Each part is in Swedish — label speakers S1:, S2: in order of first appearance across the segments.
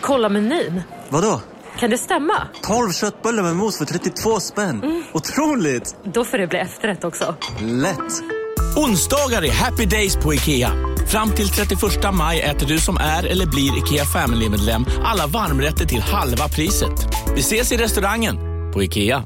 S1: Kolla menyn.
S2: Vadå?
S1: Kan det stämma?
S2: 12 köttbullar med mos för 32 spänn. Otroligt!
S1: Då får det bli efterrätt också.
S2: Lätt!
S3: Onsdagar är happy days på IKEA. Fram till 31 maj äter du som är eller blir IKEA Family-medlem alla varmrätter till halva priset. Vi ses i restaurangen på IKEA.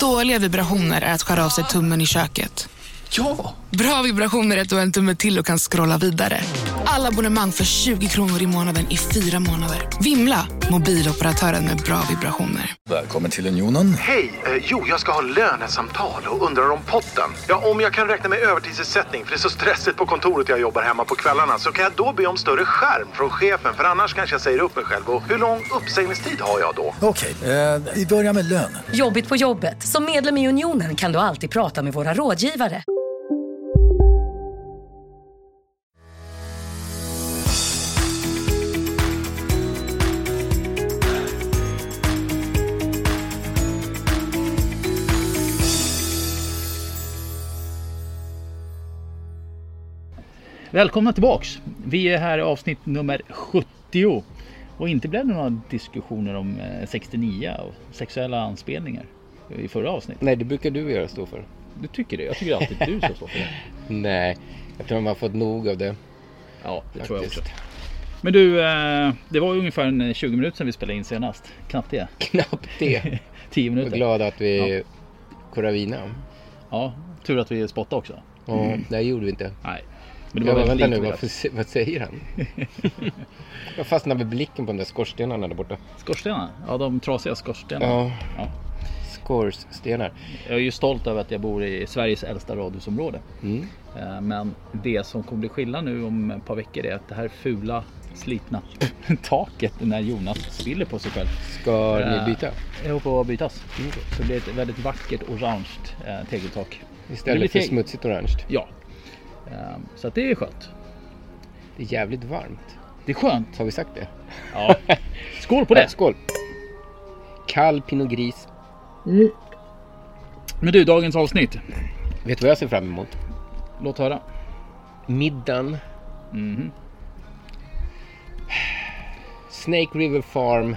S4: Dåliga vibrationer är att skära av sig tummen i köket.
S5: Ja!
S4: Bra vibrationer är att du har en tumme till och kan scrolla vidare. Alla abonnemang för 20 kronor i månaden i fyra månader. Vimla! Mobiloperatören med bra vibrationer.
S5: Välkommen till Unionen.
S6: Hej! Eh, jo, jag ska ha lönesamtal och undrar om potten. Ja, om jag kan räkna med övertidsersättning för det är så stressigt på kontoret jag jobbar hemma på kvällarna så kan jag då be om större skärm från chefen för annars kanske jag säger upp mig själv. Och hur lång uppsägningstid har jag då?
S5: Okej, eh, vi börjar med lön.
S7: Jobbigt på jobbet. Som medlem i Unionen kan du alltid prata med våra rådgivare.
S8: Välkomna tillbaks! Vi är här i avsnitt nummer 70. Och inte blev det några diskussioner om eh, 69 och sexuella anspelningar i förra avsnittet.
S9: Nej, det brukar du göra stå för.
S8: Du tycker det? Jag tycker alltid du ska stå för det.
S9: Nej, jag tror man har fått nog av det.
S8: Ja, det tror jag också.
S9: faktiskt.
S8: Men du, eh, det var ju ungefär en 20 minuter sedan vi spelade in senast. Knappt det.
S9: Knappt det.
S8: 10
S9: Jag är
S8: minuter.
S9: glad att vi Coravina.
S8: Ja, tur att vi spottade också.
S9: Ja, det gjorde vi inte.
S8: Nej. Men det Mm. var
S9: Ja, men
S8: väldigt
S9: vänta
S8: likt
S9: nu,
S8: vårat.
S9: varför, vad säger han? jag fastnade med blicken på de där skorstenarna där borta.
S8: Skorstenarna? Ja, de trasiga skorstenarna.
S9: Ja,
S8: Ja.
S9: skorstenar.
S8: Jag är ju stolt över att jag bor i Sveriges äldsta radhusområde.
S9: Mm.
S8: Eh, Men det som kommer bli skillnad nu om ett par veckor är att det här fula slitna taket när Jonas spiller på sig själv.
S9: Ska
S8: Eh,
S9: ni byta?
S8: Jag hoppas att bytas.
S9: Mm.
S8: Så det blir ett väldigt vackert orange eh, tegeltak. Det blir
S9: Istället för
S8: teg-
S9: smutsigt orange.
S8: Ja. Eh, Så att det är skönt.
S9: Det är jävligt varmt.
S8: Det är skönt.
S9: Har vi sagt det?
S8: Ja. Skål på
S9: Ja,
S8: det!
S9: skål! Kall Pinot Gris.
S8: Men du, dagens avsnitt.
S9: Vet du vad jag ser fram emot?
S8: Låt höra.
S9: middagen. Snake River Farm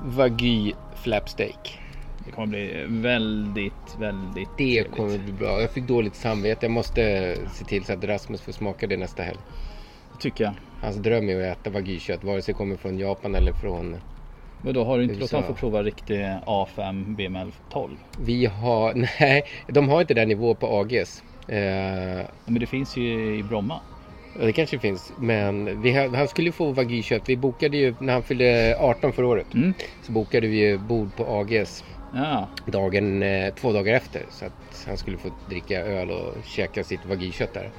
S9: Wagyu Flapsteak.
S8: Det kommer bli väldigt, väldigt
S9: Det
S8: trevligt.
S9: kommer bli bra. Jag fick dåligt samvete. Jag måste se till så att Rasmus får smaka det nästa helg.
S8: Tycker jag.
S9: Hans dröm är att äta wagyu-kött, vare sig det kommer från Japan eller från...
S8: Men då har du inte
S9: Det vill
S8: låtit han
S9: säga-
S8: få prova riktig A5 BML 12?
S9: Vi har... Nej, de har inte den nivå på AGs. Eh,
S8: Ja, Men det finns ju i Bromma.
S9: det kanske finns, men vi, har- han skulle ju få wagyu-kött. Vi bokade ju, när han fyllde 18 förra året, så bokade vi ju bord på AGs.
S8: Ja,
S9: dagen, eh, två dagar efter. Så att han skulle få dricka öl och käka sitt wagyu-kött där.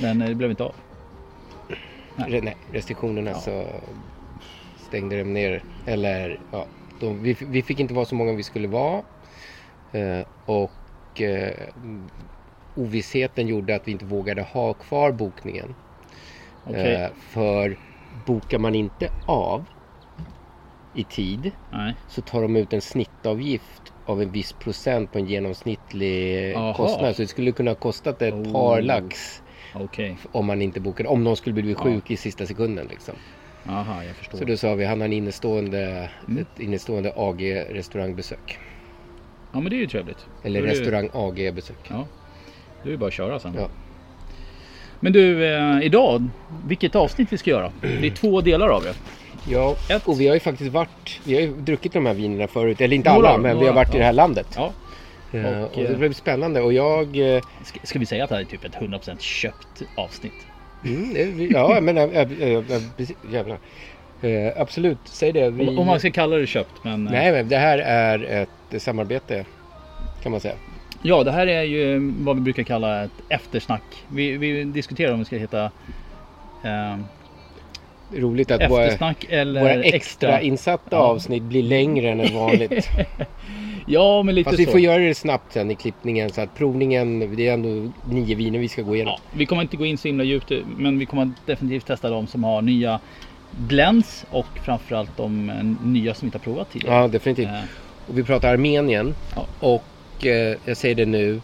S8: men eh, det blev inte av.
S9: Re, nej, restriktionerna så stängde de ner. Eller ja, de, vi, vi fick inte vara så många vi skulle vara. Eh, och eh, ovissheten gjorde att vi inte vågade ha kvar bokningen.
S8: Okej.
S9: Eh, för bokar man inte av i tid
S8: Nej.
S9: så tar de ut en snittavgift av en viss procent på en genomsnittlig
S8: Aha.
S9: kostnad. Så det skulle kunna ha kostat ett
S8: Oh.
S9: par lax
S8: Okej.
S9: om man inte bokade. Om någon skulle bli sjuk i sista sekunden. Liksom.
S8: Aha, jag förstår.
S9: Så då sa vi, han har en innestående,
S8: Mm.
S9: ett innestående AG restaurangbesök.
S8: Ja, men det är ju trevligt.
S9: Eller
S8: Då är det-
S9: restaurang AG besök.
S8: Ja. Då är det bara att köra sen.
S9: Ja.
S8: Men du, eh, idag, vilket avsnitt vi ska göra? Det är två delar av det.
S9: Ja,
S8: Ett.
S9: och vi har ju faktiskt varit, vi har ju druckit de här vinerna förut. Eller inte
S8: Några,
S9: alla, men vi har
S8: några,
S9: varit i
S8: ja.
S9: det här landet.
S8: Ja.
S9: Eh,
S8: Och,
S9: och det
S8: eh,
S9: blev spännande. Och jag... eh,
S8: Ska, ska vi säga att det här är typ ett 100% köpt avsnitt?
S9: Mm, det- vi- ja, men... Äh, äh, äh, äh, precis, jävlar. Eh, absolut, säg det. Vi,
S8: Om, om man ska kalla det köpt, men... eh,
S9: Nej, men det här är ett samarbete kan man säga.
S8: Ja, det här är ju eh, vad vi brukar kalla ett eftersnack. Vi, vi diskuterar om vi ska heta eh,
S9: Roligt att våra,
S8: eftersnack eller
S9: våra extra insatta
S8: Ja.
S9: avsnitt blir längre än vanligt.
S8: Ja, men lite
S9: Fast
S8: så.
S9: vi får göra det snabbt sen i klippningen så att provningen, det är ändå nio viner vi ska gå igenom.
S8: Ja, vi kommer inte gå in så himla djupt men vi kommer definitivt testa de som har nya blends och framförallt de eh, nya som vi inte har provat tidigare.
S9: Ja, definitivt.
S8: Eh,
S9: Och vi pratar Armenien
S8: Ja.
S9: och eh, jag säger det nu,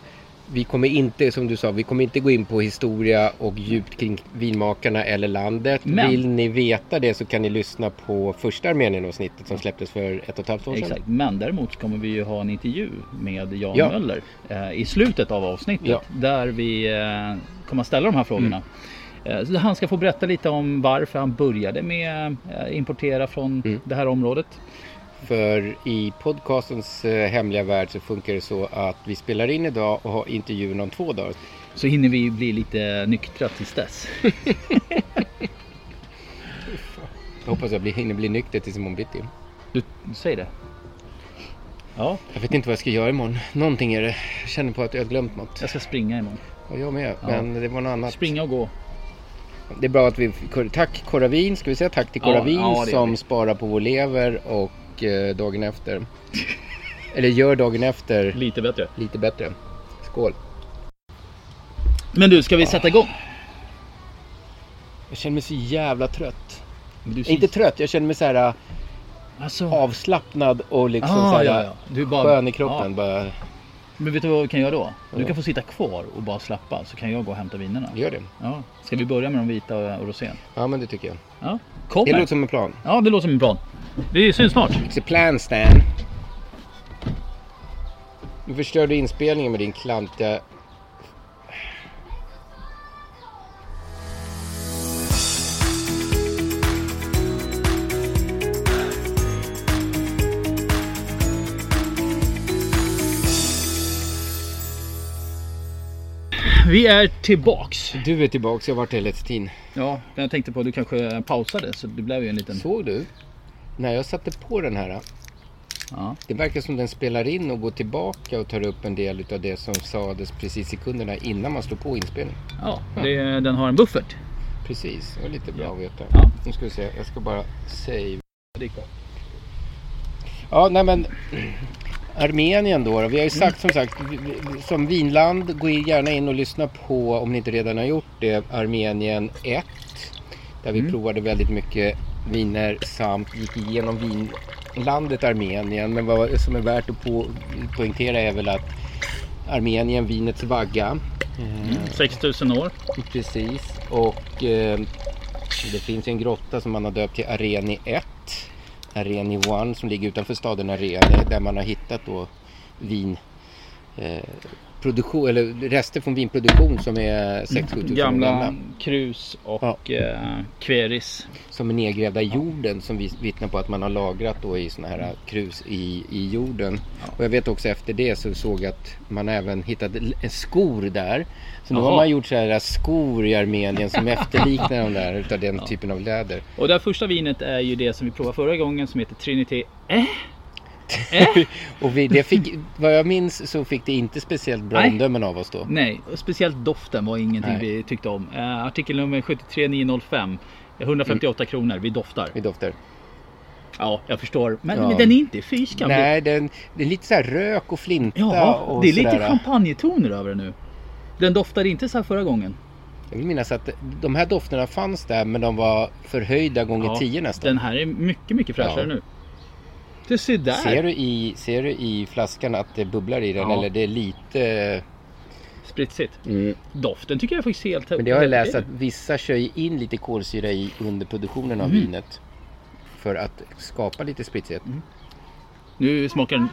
S9: Vi kommer inte, som du sa, vi kommer inte gå in på historia och djupt kring vinmakarna eller landet.
S8: Men-
S9: Vill ni veta det så kan ni lyssna på första Armenien-avsnittet som släpptes för ett och ett halvt år sedan.
S8: Exakt. Men däremot så kommer vi ju ha en intervju med Jan
S9: Ja.
S8: Möller eh, i slutet av avsnittet.
S9: Ja.
S8: Där vi eh, kommer att ställa de här frågorna.
S9: Mm.
S8: Eh, så han ska få berätta lite om varför han började med eh, importera från
S9: Mm.
S8: det här området.
S9: För i podcastens eh, hemliga värld så funkar det så att vi spelar in idag och har intervjun om två dagar.
S8: Så hinner vi bli lite nyktra tills dess.
S9: Jag hoppas jag blir, hinner bli nykter tills imorgon bitti.
S8: Du, du säger det? Ja,
S9: Jag vet inte vad jag ska göra imorgon. Någonting är det. Jag känner på att jag har glömt något.
S8: jag ska springa imorgon.
S9: Ja, jag med. Men det var något annat.
S8: Springa och gå.
S9: Det är bra att vi... Tack Koravin, ska vi säga tack till
S8: Ja,
S9: Koravin
S8: ja, det gör vi.
S9: som sparar på vår lever och eh, dagen efter. Eller gör dagen efter
S8: Lite bättre.
S9: lite bättre. Skål!
S8: Men du, ska vi sätta igång?
S9: Jag känner mig så jävla trött.
S8: Men Du,
S9: Inte trött, jag känner mig så här... eh,
S8: alltså,
S9: avslappnad och liksom
S8: Ah,
S9: så här,
S8: ja, ja. Du är bara-
S9: skön i kroppen. Bara,
S8: Men vet du vad vi kan göra då? Du kan få sitta kvar och bara slappa så kan jag gå och hämta vinerna.
S9: gör det.
S8: Ja. Ska vi börja med de vita och- och rosén?
S9: Ja, men det tycker jag.
S8: Ja,
S9: Det
S8: kommer.
S9: låter som en plan.
S8: Ja, det låter som en plan. Vi syns snart.
S9: It's a plan, Stan. Nu förstör du inspelningen med din klantiga...
S8: Vi är tillbaks.
S9: Du är tillbaks, jag har varit här hela tiden.
S8: Ja, men jag tänkte på att du kanske pausade så det blev ju en liten...
S9: Såg du? När jag satte på den här.
S8: Ja.
S9: Det verkar som den spelar in och går tillbaka och tar upp en del av det som sades precis sekunderna innan man slår på inspelningen.
S8: Ja, det, den har en buffert.
S9: Precis, det var lite bra att veta.
S8: Ja.
S9: Nu ska vi se, jag ska bara save. Ja, nej men Armenien då, då. Vi har ju sagt som sagt, vi- vi- som vinland, gå gärna in och lyssna på, om ni inte redan har gjort det, Armenien 1. Där vi provade väldigt mycket viner samt gick igenom vinlandet Armenien. Men vad som är värt att på, poängtera är väl att Armenien, vinets vagga,
S8: 6000 Mm. år.
S9: Precis, och eh, det finns ju en grotta som man har döpt till Areni 1. Areni 1 som ligger utanför staden Areni där man har hittat då vin eh, produktion, eller rester från vinproduktion som är 6 7 tusen gamla.
S8: Gamla
S9: gamla.
S8: krus och eh, kveris.
S9: Som är nedgrävda i jorden som vis- vittnar på att man har lagrat då i sådana
S8: Mm.
S9: här krus i, i jorden. Och jag vet också efter det så såg jag att man även hittade l- skor där. Så nu
S8: Jaha.
S9: har man gjort så här eh, skor i Armenien som efterliknar de där utav den typen av läder.
S8: Och det här första vinet är ju det som vi provade förra gången som heter Trinity
S9: Och vi, det fick, vad jag minns så fick det inte speciellt bra
S8: Nej. Mm.
S9: omdömen av oss då.
S8: Nej, och speciellt doften var ingenting
S9: Nej.
S8: vi tyckte om. Eh, artikel nummer 73905. 158 Eh,
S9: Mm.
S8: kronor, vi doftar.
S9: I dofter.
S8: Ja, jag förstår. Men,
S9: Ja.
S8: men den är inte fyskam.
S9: Nej, den, det är lite så här rök och flinta
S8: Ja,
S9: och
S8: det är lite
S9: sådär.
S8: champagnetoner över den nu. Den doftade inte så här förra gången.
S9: Jag vill minnas att de här dofterna fanns där men de var förhöjda gånger
S8: Ja,
S9: tio nästan.
S8: Den här är mycket, mycket fräschare
S9: Ja.
S8: nu. Du ser där.
S9: Ser du, i, ser du i flaskan att det bubblar i den
S8: Ja.
S9: eller det är lite...
S8: Spritsigt. Doften tycker jag faktiskt är helt
S9: Men det har jag läst att vissa kör ju in lite kolsyra i under produktionen av vinet. För att skapa lite spritsighet.
S8: Nu smakar den.
S10: Eh,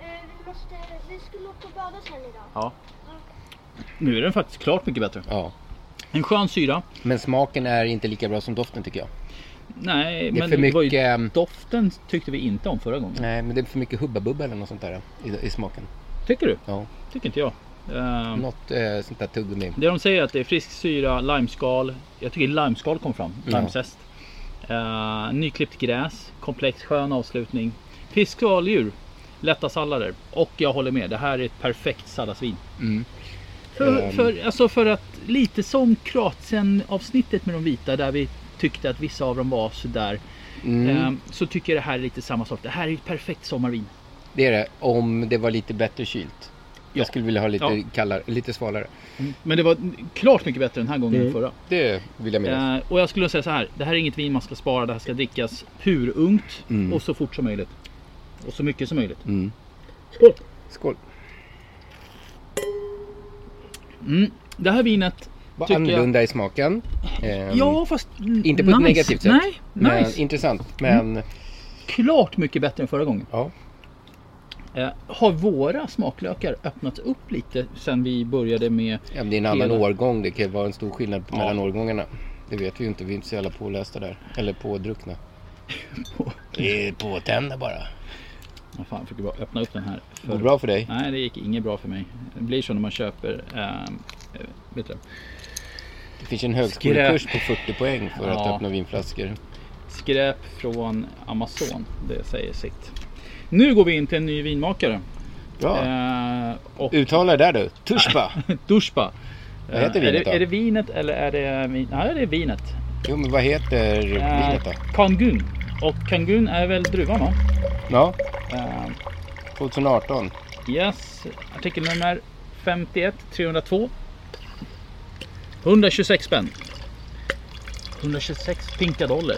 S10: Vi måste, vi skulle åka och bada sen idag.
S8: Nu är den faktiskt klart mycket bättre.
S9: Ja.
S8: En skön syra.
S9: Men smaken är inte lika bra som doften tycker jag.
S8: Nej,
S9: Det är
S8: men
S9: för
S8: det var ju...
S9: mycket... ehm,
S8: Doften tyckte vi inte om förra gången.
S9: Nej, men det är för mycket hubba-bubba eller något sånt där i, i smaken.
S8: Tycker du?
S9: Ja.
S8: Tycker inte jag. Ehm,
S9: Något eh, sånt där tuggummi.
S8: Det de säger är att det är frisk syra, limeskal. Jag tycker limeskal kom fram.
S9: Ja.
S8: Limezest. Eh, nyklippt gräs. Komplex, skön avslutning. Fisk och aldjur. Lätta sallader. Och jag håller med. Det här är ett perfekt salladsvin. För,
S9: Mm. Ehm.
S8: för, alltså för att lite som Kroatien avsnittet med de vita där vi tyckte att vissa av dem var sådär.
S9: Mm,
S8: ehm, så tycker jag det här är lite samma sak. Det här är ett perfekt sommarvin.
S9: det är det. Om det var lite bättre kylt.
S8: Ja.
S9: Jag skulle vilja ha lite
S8: Ja.
S9: kallare, lite svalare.
S8: Men det var klart mycket bättre den här gången
S9: Mm.
S8: än förra.
S9: Det vill jag minnas.
S8: Eh, och jag skulle säga så här. Det här är inget vin man ska spara. Det här ska drickas purungt
S9: Mm.
S8: och så fort som möjligt. Och så mycket som möjligt.
S9: Skål!
S8: Mm. Det här vinet
S9: Var
S8: tycker jag...
S9: annorlunda i smaken. Ehm,
S8: Ja, fast... mm,
S9: Inte på
S8: nice.
S9: ett negativt sätt.
S8: Nej,
S9: men
S8: nice. Mm.
S9: intressant. Men
S8: Klart mycket bättre än förra gången.
S9: ja,
S8: Eh, har våra smaklökar öppnats upp lite sen vi började med...
S9: ja, men det är en annan
S8: Hela.
S9: årgång. Det kan ju vara en stor skillnad
S8: Ja.
S9: mellan årgångarna. Det vet vi ju inte. Vi är inte så jävla pålästa där. Eller pådruckna. Vi är påtända bara.
S8: Vad fan, fick jag bara öppna upp den här.
S9: Det går
S8: För...
S9: bra för dig.
S8: Nej, det gick inget bra för mig. Det blir så när man köper... ehm, Eh, vet du,
S9: Det finns en högskolekurs på 40 poäng för
S8: Ja.
S9: att öppna vinflaskor.
S8: skräp från Amazon. Det säger sitt. Nu går vi in till en ny vinmakare.
S9: Bra.
S8: Eh, och
S9: Uttala det där du. Tushpa.
S8: Duschba.
S9: Vad heter
S8: Eh,
S9: vinet
S8: är, det,
S9: då?
S8: är det vinet eller är det... Vin... Nej, det är vinet.
S9: Jo men vad heter
S8: Eh,
S9: vinet då?
S8: Kangun. Och Kangun är väl druvan va?
S9: Ja,
S8: Eh,
S9: 2018.
S8: Yes, artikelnummer 51 302. 126 spänn. 126 pinka dollar.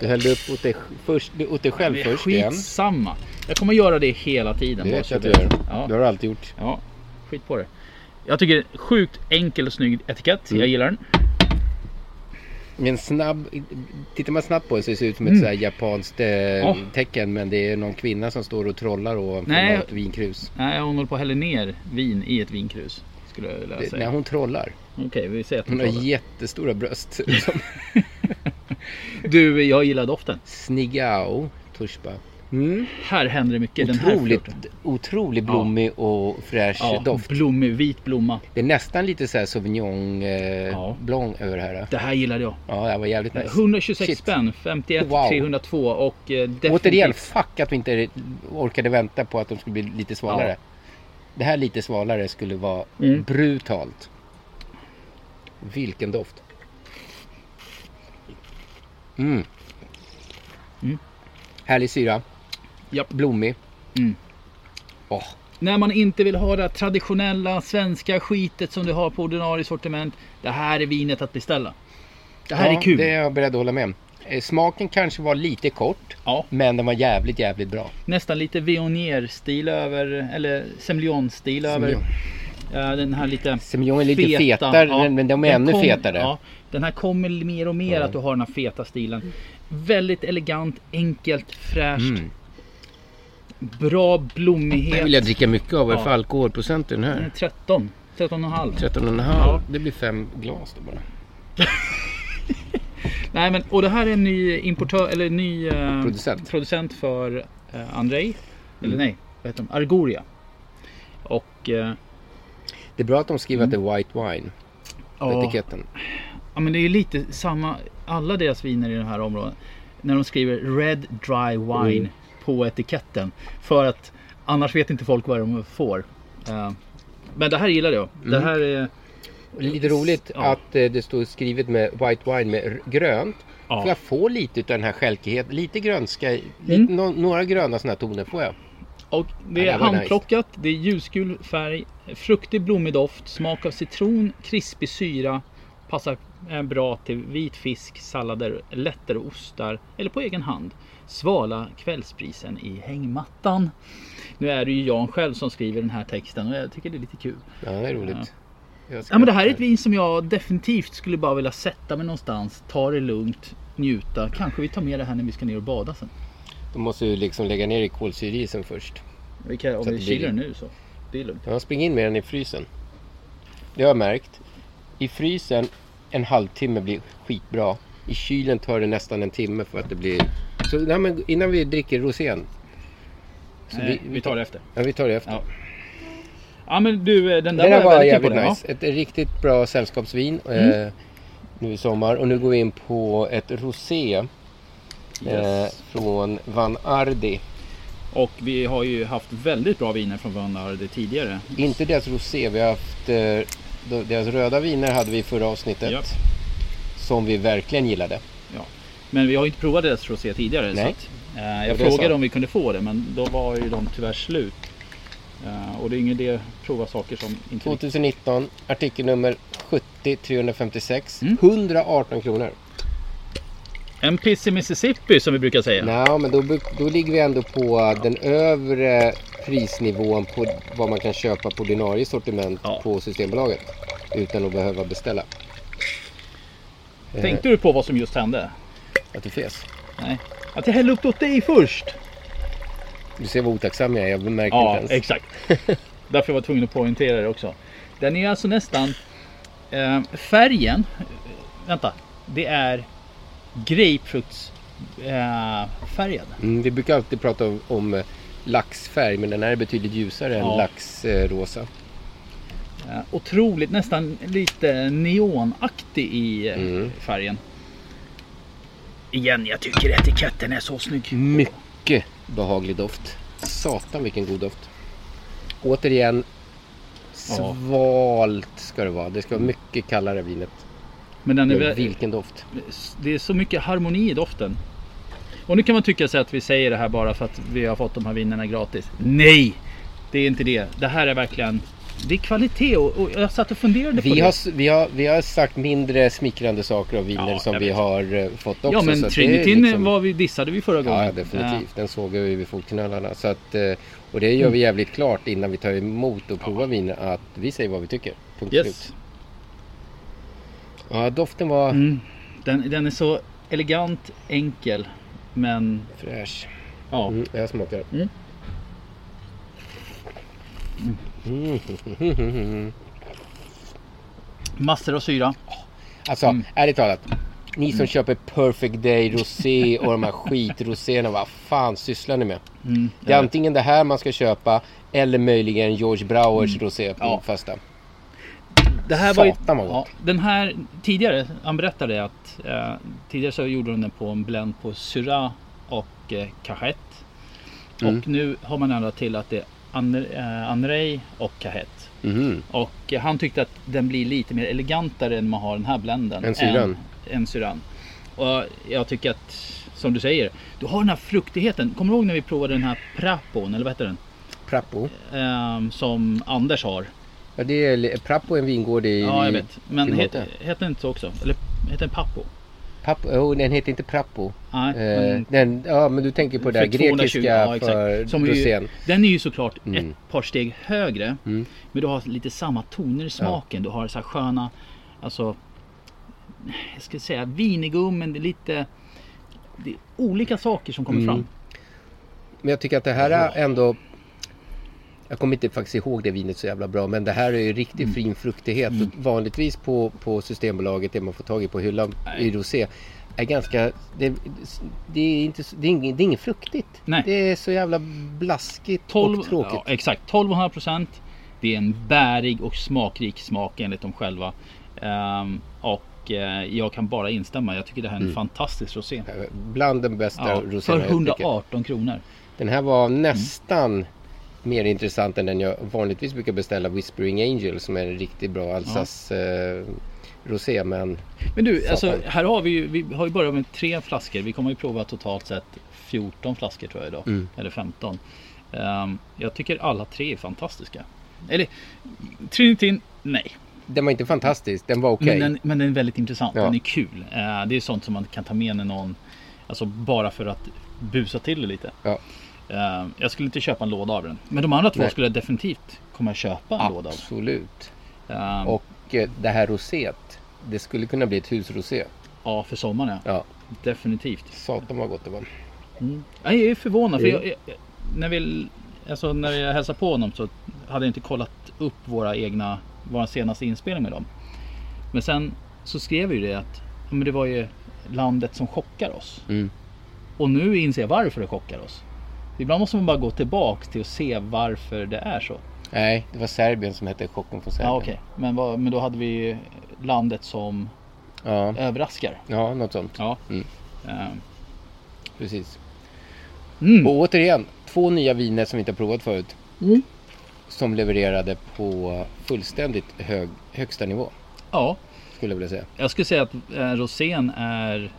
S9: Du hällde upp åt dig, först, åt dig själv
S8: Det är
S9: först igen.
S8: skitsamma. Jag kommer göra det hela tiden.
S9: Det
S8: bara
S9: vet
S8: så
S9: jag att du
S8: vet.
S9: gör. Det
S8: Ja,
S9: har du alltid gjort.
S8: ja, skit på det. Jag tycker sjukt enkel och snygg etikett.
S9: Mm.
S8: Jag gillar den.
S9: Men snabb, tittar man snabbt på den så ser det ut som ett så här japanskt eh,
S8: Mm. Ja.
S9: tecken. Men det är någon kvinna som står och trollar ovanför
S8: Nej.
S9: något vinkrus.
S8: Nej, hon håller på att hälla ner vin i ett vinkrus. Skulle jag vilja
S9: Det, nej,
S8: säga.
S9: hon trollar.
S8: Okej, vi säger att hon
S9: Hon har
S8: tar det.
S9: jättestora bröst. ser det ut Som
S8: Du, jag gillar doften.
S9: Snigao Tushpa. Mm.
S8: Här händer det mycket. Den här
S9: Otroligt,
S8: flörten.
S9: otroligt blommig och fräsch
S8: ja,
S9: doft.
S8: Blommig, vit blomma.
S9: Det är nästan lite så här Sauvignon eh,
S8: Ja.
S9: Blanc över det här.
S8: Det här gillade jag.
S9: Ja, det här var jävligt nice.
S8: 126
S9: Shit.
S8: spänn, 51
S9: Wow.
S8: 302 och eh, definitivt...
S9: Återigen, fuck att vi inte orkade vänta på att de skulle bli lite svalare.
S8: Ja.
S9: Det här lite svalare skulle vara
S8: Mm.
S9: brutalt. Vilken doft. Mm. Härlig syra.
S8: Mm. Japp.
S9: Blommig.
S8: Mm.
S9: Åh,
S8: När man inte vill ha det här traditionella svenska skitet som du har på ordinarie sortiment. Det här är vinet att beställa. Det här
S9: ja,
S8: är kul.
S9: Det är jag beredd att hålla med om. Eh, Smaken kanske var lite kort.
S8: Ja,
S9: Men den var jävligt, jävligt bra.
S8: nästan lite Viognier-stil över, eller Semillon-stil över.
S9: Semillon.
S8: eh, den här lite
S9: Semillon är lite fetare, men- men de är
S8: Den
S9: ännu fetare.
S8: Ja, den här kommer mer och mer att du har den här feta stilen. Väldigt elegant, enkelt, fräscht. Bra blommighet.
S9: Mm. Den vill jag dricka mycket av. Vad är
S8: Ja.
S9: för alkoholprocent i den
S8: Den är
S9: här?
S8: 13. 13,5.
S9: 13,5.
S8: Ja.
S9: Det blir fem glas då bara.
S8: Nej men och det här är en ny importör eller ny eh,
S9: Producent. Mm.
S8: producent för eh, Andrei. Eller nej, vad heter de? Argoria. Och eh,
S9: Det är bra att de skriver att det är White Wine på
S8: Mm. ja,
S9: etiketten.
S8: ja men det är ju lite samma. Alla deras viner i den här området. När de skriver Red Dry Wine på etiketten. För att annars vet inte folk vad de får. Eh, men det här gillar jag. Det här är
S9: Och det är lite roligt
S8: Ja.
S9: att eh, det står skrivet med White Wine med r- grönt.
S8: Ja. Mm.
S9: För jag får lite av den här skälkigheten. Lite grönska. i- Lite, nå- några gröna sådana här toner får jag.
S8: Och
S9: Ja,
S8: det
S9: det
S8: är
S9: var nice.
S8: handplockat, det är ljusgul färg, fruktig blommig doft, smak av citron, krispig syra. Passar eh, bra till vit fisk, sallader, lättare ostar eller på egen hand. Svala kvällsprisen i hängmattan. Nu är det ju Jan själv som skriver den här texten och jag tycker det är lite kul.
S9: Ja, det är roligt. Jag ska-
S8: Ja, men det här är ett vin som jag definitivt skulle bara vilja sätta mig någonstans, ta det lugnt, njuta. Kanske vi tar med det här när vi ska ner och bada sen.
S9: De måste ju liksom lägga ner i kolsyreisen först.
S8: Vi kan, om
S9: Så att
S8: vi
S9: det blir-
S8: kyler den nu så. Det är lugnt.
S9: Ja, spring in med den i frysen. Det har jag märkt. I frysen en halvtimme blir skitbra. I kylen tar det nästan en timme för att det blir... Så nej, men innan vi dricker rosén. Så
S8: Nej, vi tar det efter.
S9: Ja, vi tar det efter.
S8: Ja. Ja men du, eh, den
S9: Det
S8: där var
S9: där var
S8: jag väldigt kul
S9: jävligt
S8: på. den, Mm.
S9: nice. Ett riktigt bra sällskapsvin eh, nu i sommar. Och nu går vi in på ett rosé
S8: ja.
S9: eh,
S8: Yes.
S9: från Van Ardi.
S8: Och vi har ju haft väldigt bra viner från Vanarde tidigare.
S9: Inte deras rosé, vi har haft eh, de- deras röda viner hade vi i förra avsnittet.
S8: Japp.
S9: Som vi verkligen gillade.
S8: Ja. Men vi har ju inte provat deras rosé tidigare. Så
S9: Nej.
S8: att, eh, jag
S9: Det är
S8: frågade
S9: sant.
S8: om vi kunde få det men då var ju de tyvärr slut. Eh, och det är ingen idé att prova saker som inte...
S9: 2019, artikelnummer 70 356.
S8: Mm.
S9: 118 kronor.
S8: En piss i Mississippi som vi brukar säga.
S9: Nej, men då, bu- då ligger vi ändå på den eh, övre prisnivån på vad man kan köpa på ordinarie sortiment på Systembolaget utan att behöva beställa.
S8: Tänkte du på vad som just hände?
S9: Eh, Att du fes?
S8: Nej. Att jag hällde upp det åt dig först.
S9: Du ser vad otacksam jag är. Jag märkte
S8: Ja,
S9: inte ens.
S8: exakt. Därför var jag tvungen att poängtera det också. Den är alltså nästan... Eh, färgen... eh, Vänta. Det är grapefrukt eh, färgad.
S9: Mm, vi brukar alltid prata om, om eh, laxfärg men den här är betydligt ljusare
S8: Ja.
S9: än laxrosa.
S8: Eh, otroligt, nästan lite neonaktig i eh,
S9: Mm.
S8: färgen. Igen, jag tycker etiketten är så snygg.
S9: Mycket behaglig doft. Satan vilken god doft. Återigen, svalt ska det vara. Det ska vara mycket kallare vinet.
S8: Men den är
S9: Men
S8: väl-
S9: Vilken doft.
S8: Det är så mycket harmoni i doften. Och nu kan man tycka sig att vi säger det här bara för att vi har fått de här vinerna gratis. Nej! Det är inte det. Det här är verkligen... Det är kvalitet och, och jag satt och funderade på
S9: Vi
S8: det.
S9: har, s- vi, har, vi har sagt mindre smickrande saker om viner
S8: Ja,
S9: som
S8: jag
S9: vi
S8: vet.
S9: har eh, fått också.
S8: Ja
S9: så
S8: men
S9: att det är
S8: Trinitin
S9: liksom-
S8: var vi, dissade vi förra gången.
S9: Ja, definitivt. Den såg vi vid fotknölarna. Så att, eh, och det
S8: Mm.
S9: gör vi jävligt klart innan vi tar emot och provar vin att vi säger vad vi tycker. Punkt
S8: Yes.
S9: slut. Ja, doften var
S8: Mm. Den, den är så elegant, enkel, men...
S9: fräsch.
S8: Ja.
S9: Mm, jag smakar.
S8: Mm.
S9: Mm.
S8: Massor av syra.
S9: Alltså,
S8: Mm.
S9: ärligt talat. Ni som köper Perfect Day Rosé och de här skitroséerna, vad fan sysslar ni med?
S8: Mm.
S9: Det är antingen det här man ska köpa eller möjligen George Browers rosé på
S8: Mm. Ja.
S9: fasta.
S8: Det här var ju,
S9: Satan vad
S8: ja,
S9: gott.
S8: Den här tidigare, han berättade att eh, tidigare så gjorde de den på en blend på Syrah och eh, Cajette.
S9: Mm.
S8: Och nu har man ändrat till att det är An- eh, Anrey och Cajette.
S9: Mhm.
S8: Och eh, han tyckte att den blir lite mer elegantare än man har den här blenden.
S9: Än syran.
S8: Än, än syran. Och jag tycker att, som du säger, du har den här fruktigheten. Kommer du ihåg när vi provade den här Prapon, eller vad heter den?
S9: Prappo.
S8: Ehm, som Anders har.
S9: Ja, det är li- Prappo är en vingård i...
S8: Ja, jag vet. Men
S9: i
S8: heter,
S9: Monte.
S8: heter den inte så också? Eller heter den Pappo?
S9: Pappo, oh, den heter inte Prappo.
S8: Nej,
S9: Eh,
S8: men-
S9: den, ja, men du tänker på det där
S8: För 220,
S9: grekiska
S8: ja, exakt.
S9: för
S8: Som är ju-
S9: rosén.
S8: Den är ju såklart
S9: Mm.
S8: ett par steg högre.
S9: Mm.
S8: Men du har lite samma toner i smaken. Du har så här sköna, alltså, jag ska säga vinigum, men det är lite, det är olika saker som
S9: Mm.
S8: kommer fram.
S9: Men jag tycker att det här är ändå... Jag kommer inte faktiskt ihåg det vinet så jävla bra, men det här är ju riktig
S8: Mm.
S9: fin fruktighet. Och Vanligtvis på, på Systembolaget, det man får tag i på hyllan i rosé, är ganska... Det, det, är inte, så- det, är ing- det är inget fruktigt.
S8: Nej.
S9: Det är så jävla blaskigt
S8: 12,
S9: och tråkigt.
S8: Ja, exakt, 12,5 procent. Det är en bärig och smakrik smak enligt dem själva. Ehm, och eh, jag kan bara instämma. Jag tycker det här
S9: Mm.
S8: är en fantastisk rosé.
S9: Bland den bästa
S8: Ja,
S9: roséerna
S8: för
S9: jag dricker.
S8: 118 kronor.
S9: Den här var nästan mer intressant än den jag vanligtvis brukar beställa. Whispering Angel som är en riktigt bra Alsace eh, rosé. Men
S8: Men du,
S9: Satan.
S8: alltså, här har vi ju, vi har ju börjat med tre flaskor. Vi kommer ju prova totalt sett 14 flaskor tror jag idag.
S9: Mm.
S8: Eller 15. Ehm, jag tycker alla tre är fantastiska. Eller Trinitin, nej.
S9: den var inte fantastisk. Den var okej.
S8: Men, den, men den är väldigt intressant.
S9: Ja.
S8: Den är kul. Eh, det är sånt som man kan ta med när någon, alltså bara för att busa till det lite.
S9: Ja.
S8: Eh, jag skulle inte köpa en låda av den. Men de andra två
S9: Nej.
S8: skulle jag definitivt komma köpa en låda av.
S9: Absolut.
S8: Ehm,
S9: Och eh, det här roséet. Det skulle kunna bli ett husrosé.
S8: ja, för sommaren ja.
S9: Ja,
S8: Definitivt.
S9: satan vad gott det var.
S8: Ja, Jag är förvånad. För
S9: Mm.
S8: jag, jag, när, vi, alltså, när jag hälsade på honom så hade jag inte kollat upp våra egna, vår senaste inspelning med dem. Men sen så skrev ju det att ja, men det var ju landet som chockar oss.
S9: Mm.
S8: Och nu inser jag varför det chockar oss. Ibland måste man bara gå tillbaks till att se varför det är så.
S9: Nej, det var Serbien som hette Chocken från Serbien.
S8: Ja, okej. Men, vad, men då hade vi ju landet som
S9: ja.
S8: överraskar.
S9: ja, något sånt.
S8: Ja.
S9: Mm.
S8: Eh,
S9: Precis.
S8: Mm.
S9: Och återigen, två nya viner som vi inte har provat förut. Som levererade på fullständigt hög, högsta nivå.
S8: ja.
S9: Skulle jag vilja säga.
S8: Jag skulle säga att eh, rosén är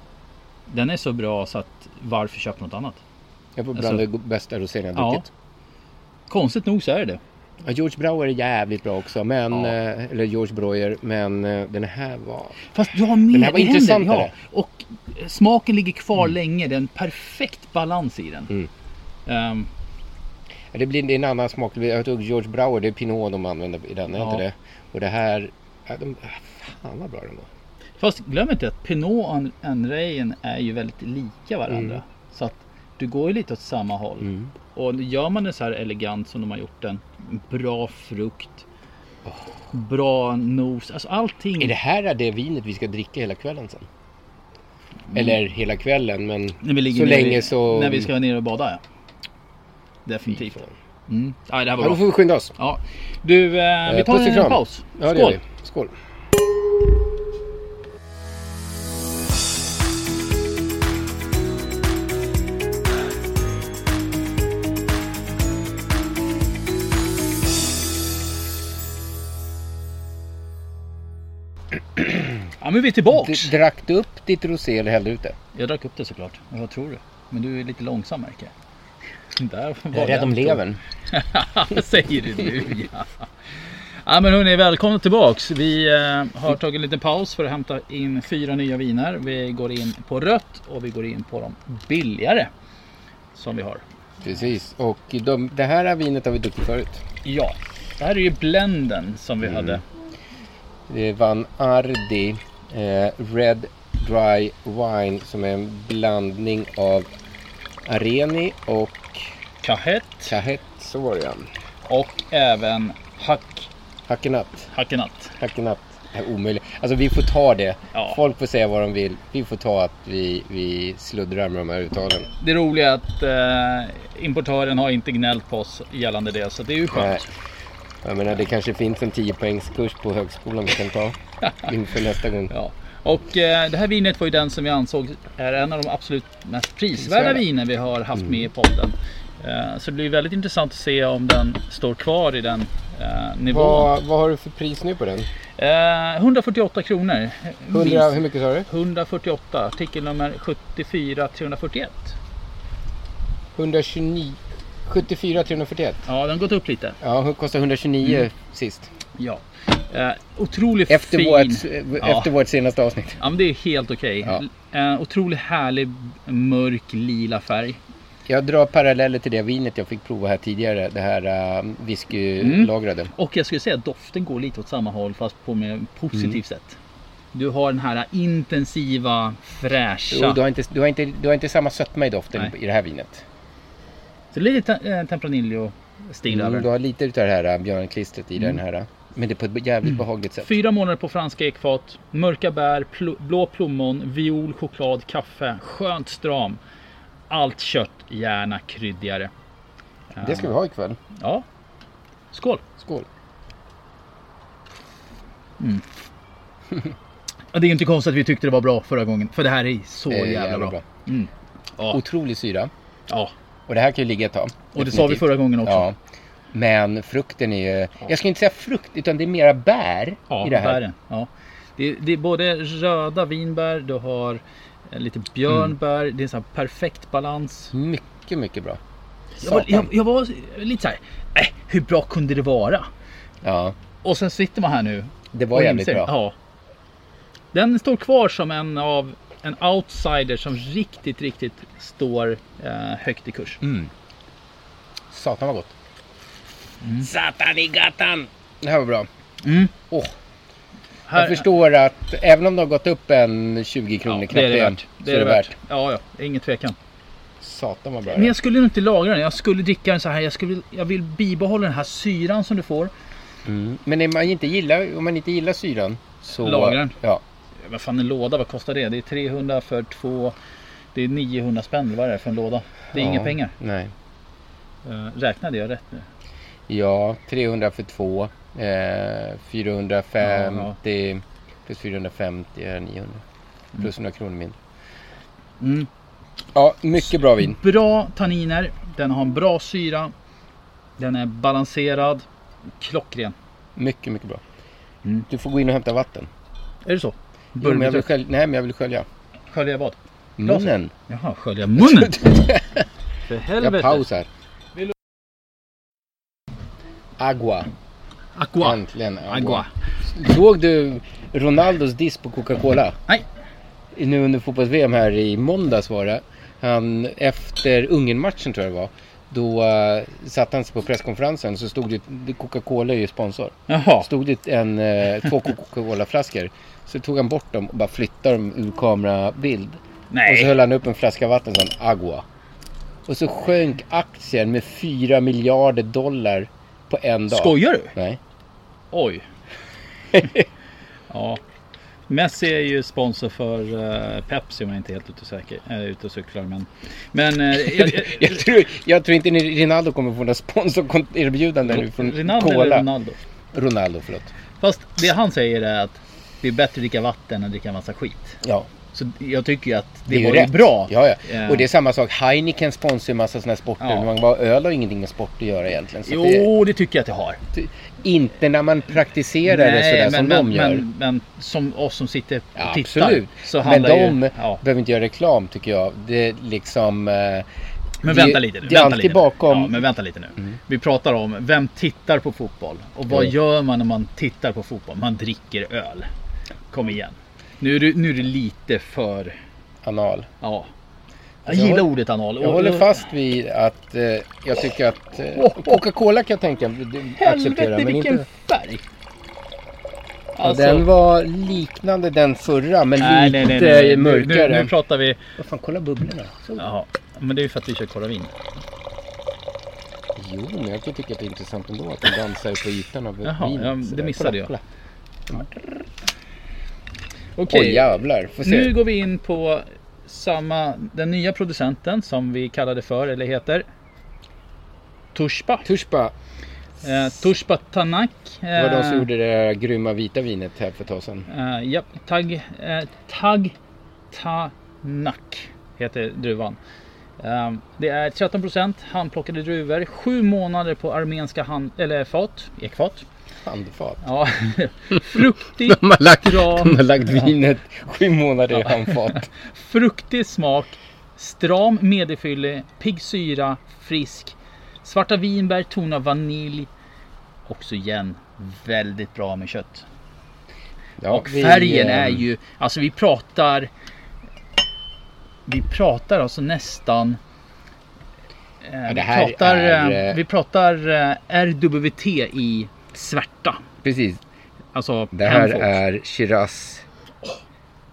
S8: Den är så bra så att varför köpa något annat?
S9: Jag får
S8: Alltså-
S9: bland de bästa rosén jag
S8: Ja.
S9: druckit.
S8: Konstigt nog så är det
S9: Ja. George Brauer är jävligt bra också. Men,
S8: Ja.
S9: eh, Eller George Breuer. Men eh, den här var...
S8: Fast du har mer
S9: Den här var
S8: i händer,
S9: intressantare. Mm.
S8: ja. Och eh, smaken ligger kvar länge. Det är en perfekt balans i den. Ehm,
S9: Ja, det blir det är en annan smak. Det blir- Jag tror George Brauer, det är Pinot de använder i den, är
S8: Ja.
S9: inte det? Och det här... Ja, de, ah, fan vad bra den var.
S8: Fast glöm inte att Pinot och An- Anreien är ju väldigt lika varandra.
S9: Mm.
S8: Så att du går ju lite åt samma håll. Och gör man det så här elegant som de har gjort den. Bra frukt. Bra nos. Alltså allting.
S9: Är det här det vinet vi ska dricka hela kvällen sen? Eller hela kvällen, men
S8: Mm. När vi ligger
S9: så
S8: nere
S9: länge
S8: i,
S9: så...
S8: När vi ska ner och bada ja. Definitivt. Mm. Ja, det här var
S9: Ja, då
S8: bra.
S9: får vi skynda oss.
S8: Ja. Du, eh, vi
S9: Eh,
S8: tar
S9: puss och
S8: en
S9: kram.
S8: paus.
S9: Ja, det gör vi. Skål.
S8: Ja, men vi är tillbaks.
S9: D- drack du upp ditt rosé eller hällde ut det?
S8: Jag drack upp det såklart. Ja, Vad tror du? Men du är lite långsam märker jag. Där var
S9: Jag är rädd om levern.
S8: Säger du nu ja. ja men hörni, välkomna tillbaks. Vi eh, har tagit en liten paus för att hämta in fyra nya viner. Vi går in på rött och vi går in på de billigare. Som vi har.
S9: Precis. Och de, det här vinet har vi druckit förut.
S8: Ja, det här är ju blenden som vi
S9: Mm.
S8: hade.
S9: Det vann Ardi eh, Red Dry Wine som är en blandning av Areni och
S8: Kahet
S9: Cahet. Så var det ja.
S8: och även hack,
S9: Hackenat.
S8: hackenat.
S9: Hackenat. Det är omöjligt. Alltså vi får ta det.
S8: Ja.
S9: Folk får säga vad de vill. Vi får ta att vi, vi sluddrar med de här uttalen.
S8: Det roliga är att eh, importören har inte gnällt på oss gällande det så det är ju
S9: Nej.
S8: skönt.
S9: Eh, Jag menar det kanske finns en 10 poängskurs på högskolan vi kan ta inför nästa gång.
S8: Ja. Och eh, det här vinet var ju den som vi ansåg är en av de absolut mest prisvärda
S9: Prisvärda. Mm.
S8: viner vi har haft med i podden. Eh, så det blir väldigt intressant att se om den står kvar i den eh, nivån.
S9: Vad, vad har du för pris nu på den?
S8: Eh, 148 kronor.
S9: 100, hur mycket sa du?
S8: 148, artikelnummer 74 341.
S9: 129, 74 341.
S8: Ja, den har gått upp lite.
S9: Ja, hon kostade 129 sist.
S8: Ja. Eh, otroligt
S9: Mm. Efter,
S8: fin.
S9: vårt,
S8: Ja.
S9: efter vårt senaste avsnitt.
S8: Ja, men det är helt okej.
S9: Ja.
S8: Eh, otroligt härlig mörk lila färg.
S9: Jag drar paralleller till det vinet jag fick prova här tidigare. Det här uh, whiskylagrade.
S8: Och jag skulle säga att doften går lite åt samma håll fast på mer positivt
S9: Mm.
S8: sätt. Du har den här intensiva fräscha.
S9: Jo, du, har inte, du, har inte, du har inte samma sötma i doften
S8: Nej.
S9: i det här vinet.
S8: Så det är lite eh, Tempranillo stil över.
S9: Mm, du har lite utav det här eh, björnklistret i
S8: Mm.
S9: den här. eh, Men det är på ett jävligt behagligt sätt.
S8: Fyra månader på franska ekfat. Mörka bär, pl- blå plommon, viol, choklad, kaffe. Skönt stram. Allt kött, gärna kryddigare.
S9: Det ska vi ha ikväll.
S8: Ja. Skål!
S9: Skål.
S8: Ja, Det är inte konstigt att vi tyckte det var bra förra gången. För det här är så
S9: Eh,
S8: jävla, bra. Mm. Ja.
S9: Otrolig syra.
S8: Ja.
S9: Och det här kan ju ligga ett tag.
S8: Och det sa vi
S9: definitivt.
S8: förra gången också.
S9: Ja. Men frukten är ju... Jag skulle inte säga frukt, utan det är mera bär
S8: Ja,
S9: i det här.
S8: bären. Ja. Det, är, det är både röda vinbär, du har eh, lite björnbär, det är så här perfekt balans.
S9: Mycket, mycket bra.
S8: Jag var,
S9: Satan.
S8: jag, jag var lite så här, äh, hur bra kunde det vara?
S9: Ja,
S8: Och sen sitter man här nu.
S9: det var
S8: och
S9: jävligt
S8: inser-
S9: bra.
S8: Ja. Den står kvar som en av en outsider som riktigt, riktigt står eh, högt i kurs.
S9: Satan vad gott.
S8: Mm.
S9: Satan i gatan! Det här var bra. Åh, jag
S8: Här-
S9: förstår att även om det har gått upp en 20 kronor
S8: ja,
S9: knappt
S8: det är det
S9: igen,
S8: värt.
S9: så
S8: Det är det värt. Ja, ja, det är ingen tvekan.
S9: Satan vad bra
S8: Men
S9: det
S8: jag
S9: är.
S8: skulle nog inte lagra den. Jag skulle dricka den så här. Jag, skulle, jag vill bibehålla den här syran som du får.
S9: Men om man inte gillar, om man inte gillar syran så...
S8: Lagra den.
S9: Ja.
S8: Vad fan en låda, vad kostar det? Det är 300 för två. Det är 900 spänn eller vad är det för en låda. Det är
S9: ja,
S8: inga pengar.
S9: Nej.
S8: Eh, Räknade jag rätt nu?
S9: Ja, 300 för två. Eh, 450 plus 450 är 900. Plus några kronor mindre.
S8: Mm.
S9: Ja, mycket bra vin.
S8: Bra tanniner. Den har en bra syra. Den är balanserad. Klockren.
S9: Mycket, mycket bra.
S8: Mm.
S9: Du får gå in och hämta vatten.
S8: Är det så?
S9: Jo, men jag vill
S8: Bourbon-
S9: skölja, nej, men jag vill skölja.
S8: Skölja vad? Glaset.
S9: Munnen.
S8: Jaha, skölja munnen! För
S9: Jag
S8: Mm. helvete!
S9: pausar. Agua.
S8: Aqua.
S9: Äntligen. Agua.
S8: Agua.
S9: Såg du Ronaldos diss på Coca-Cola?
S8: Nej.
S9: Nu under fotbolls-VM här i måndags var det. Han, efter Ungern-matchen tror jag det var. Då eh, satt han sig på presskonferensen så stod det, Coca-Cola är ju sponsor.
S8: Jaha.
S9: Stod det en, eh, två Coca-Cola-flaskor. Så tog han bort dem och bara flyttade dem ur kamerabild.
S8: Nej.
S9: Och så höll han upp en flaska vatten som agua. Och så sjönk aktien med 4 miljarder dollar på en dag.
S8: Skojar du?
S9: Nej.
S8: Oj. ja. Messi är ju sponsor för eh, Pepsi om jag inte är helt ute, och säker, eh, ute och cyklar. Men, men eh, jag, jag,
S9: Jag tror, jag tror inte ni- Ronaldo kommer få några sponsorerbjudanden nu från
S8: Ronaldo eller
S9: Cola.
S8: Ronaldo?
S9: Ronaldo, förlåt.
S8: Fast det han säger är att det är bättre att dricka vatten än att dricka massa skit.
S9: Ja,
S8: Så jag tycker ju att det,
S9: det, är ju
S8: var ju
S9: rätt.
S8: bra.
S9: Ja, ja.
S8: Eh,
S9: Och det är samma sak. Heineken sponsrar ju massa sådana här sporter.
S8: Ja.
S9: Man bara, öl har ingenting med sport att göra egentligen. Så att
S8: Jo, det tycker jag att det har.
S9: det, inte när man praktiserar det sådär som
S8: men,
S9: de gör.
S8: Men, men som oss som sitter och
S9: Ja,
S8: tittar.
S9: absolut.
S8: Så
S9: men
S8: handlar
S9: de
S8: ju... Ja.
S9: behöver inte göra reklam tycker jag. Det är liksom... eh,
S8: Men
S9: det-
S8: vänta lite nu.
S9: Det är
S8: vänta
S9: alltid
S8: lite. nu.
S9: bakom...
S8: Ja, men vänta lite nu. Vi pratar om vem tittar på fotboll och vad
S9: Mm.
S8: gör man när man tittar på fotboll? Man dricker öl. Kom igen. Nu är det, nu är det lite för...
S9: Anal.
S8: Ja. Jag
S9: Alltså, Jag
S8: gillar
S9: håller-
S8: ordet anal.
S9: Jag håller fast vid att eh, jag tycker att eh, Coca-Cola kan jag tänka mig att acceptera.
S8: Helvete
S9: Men
S8: vilken
S9: inte,
S8: färg!
S9: Ja, Den var liknande den förra men
S8: nej, nej,
S9: lite
S8: nej, nej. Nu,
S9: mörkare.
S8: nu, nu pratar vi...
S9: Vad fan, kolla bubblorna. Så.
S8: Jaha. Men det är ju för att vi kör Coravin.
S9: Jo, men jag kan tycka att det är intressant ändå att de dansar på ytan av
S8: Jaha,
S9: vinet.
S8: ja, det
S9: Sådär.
S8: missade
S9: Kolla,
S8: jag.
S9: kolla. Oj
S8: Okej.
S9: jävlar, får se.
S8: Nu går vi in på samma, den nya producenten som vi kallade för, eller heter Tushpa.
S9: Tushpa,
S8: Eh, Tushpa Tanak. Eh,
S9: det var de som gjorde det här grymma vita vinet här för ett tag sedan.
S8: Eh, ja, tag, eh, tag Tanak heter druvan. Eh, det är 13 procent handplockade druvor, sju månader på armenska hand, eller fat, ekfat.
S9: Handfat.
S8: Ja. Fruktig,
S9: De har lagt,
S8: Bra.
S9: de har lagt vinet sju månader i handfat.
S8: Fruktig smak, stram medelfyllig, pigg syra, frisk, svarta vinbär, ton av vanilj. Också igen, väldigt bra med kött.
S9: Ja,
S8: Och
S9: vi,
S8: färgen
S9: eh,
S8: är ju, alltså vi pratar, vi pratar alltså nästan eh,
S9: det
S8: vi,
S9: här
S8: pratar,
S9: är,
S8: eh,
S9: eh,
S8: vi pratar eh, RWT i svärta.
S9: Precis,
S8: Alltså
S9: det här
S8: Penfolds.
S9: är Shiraz.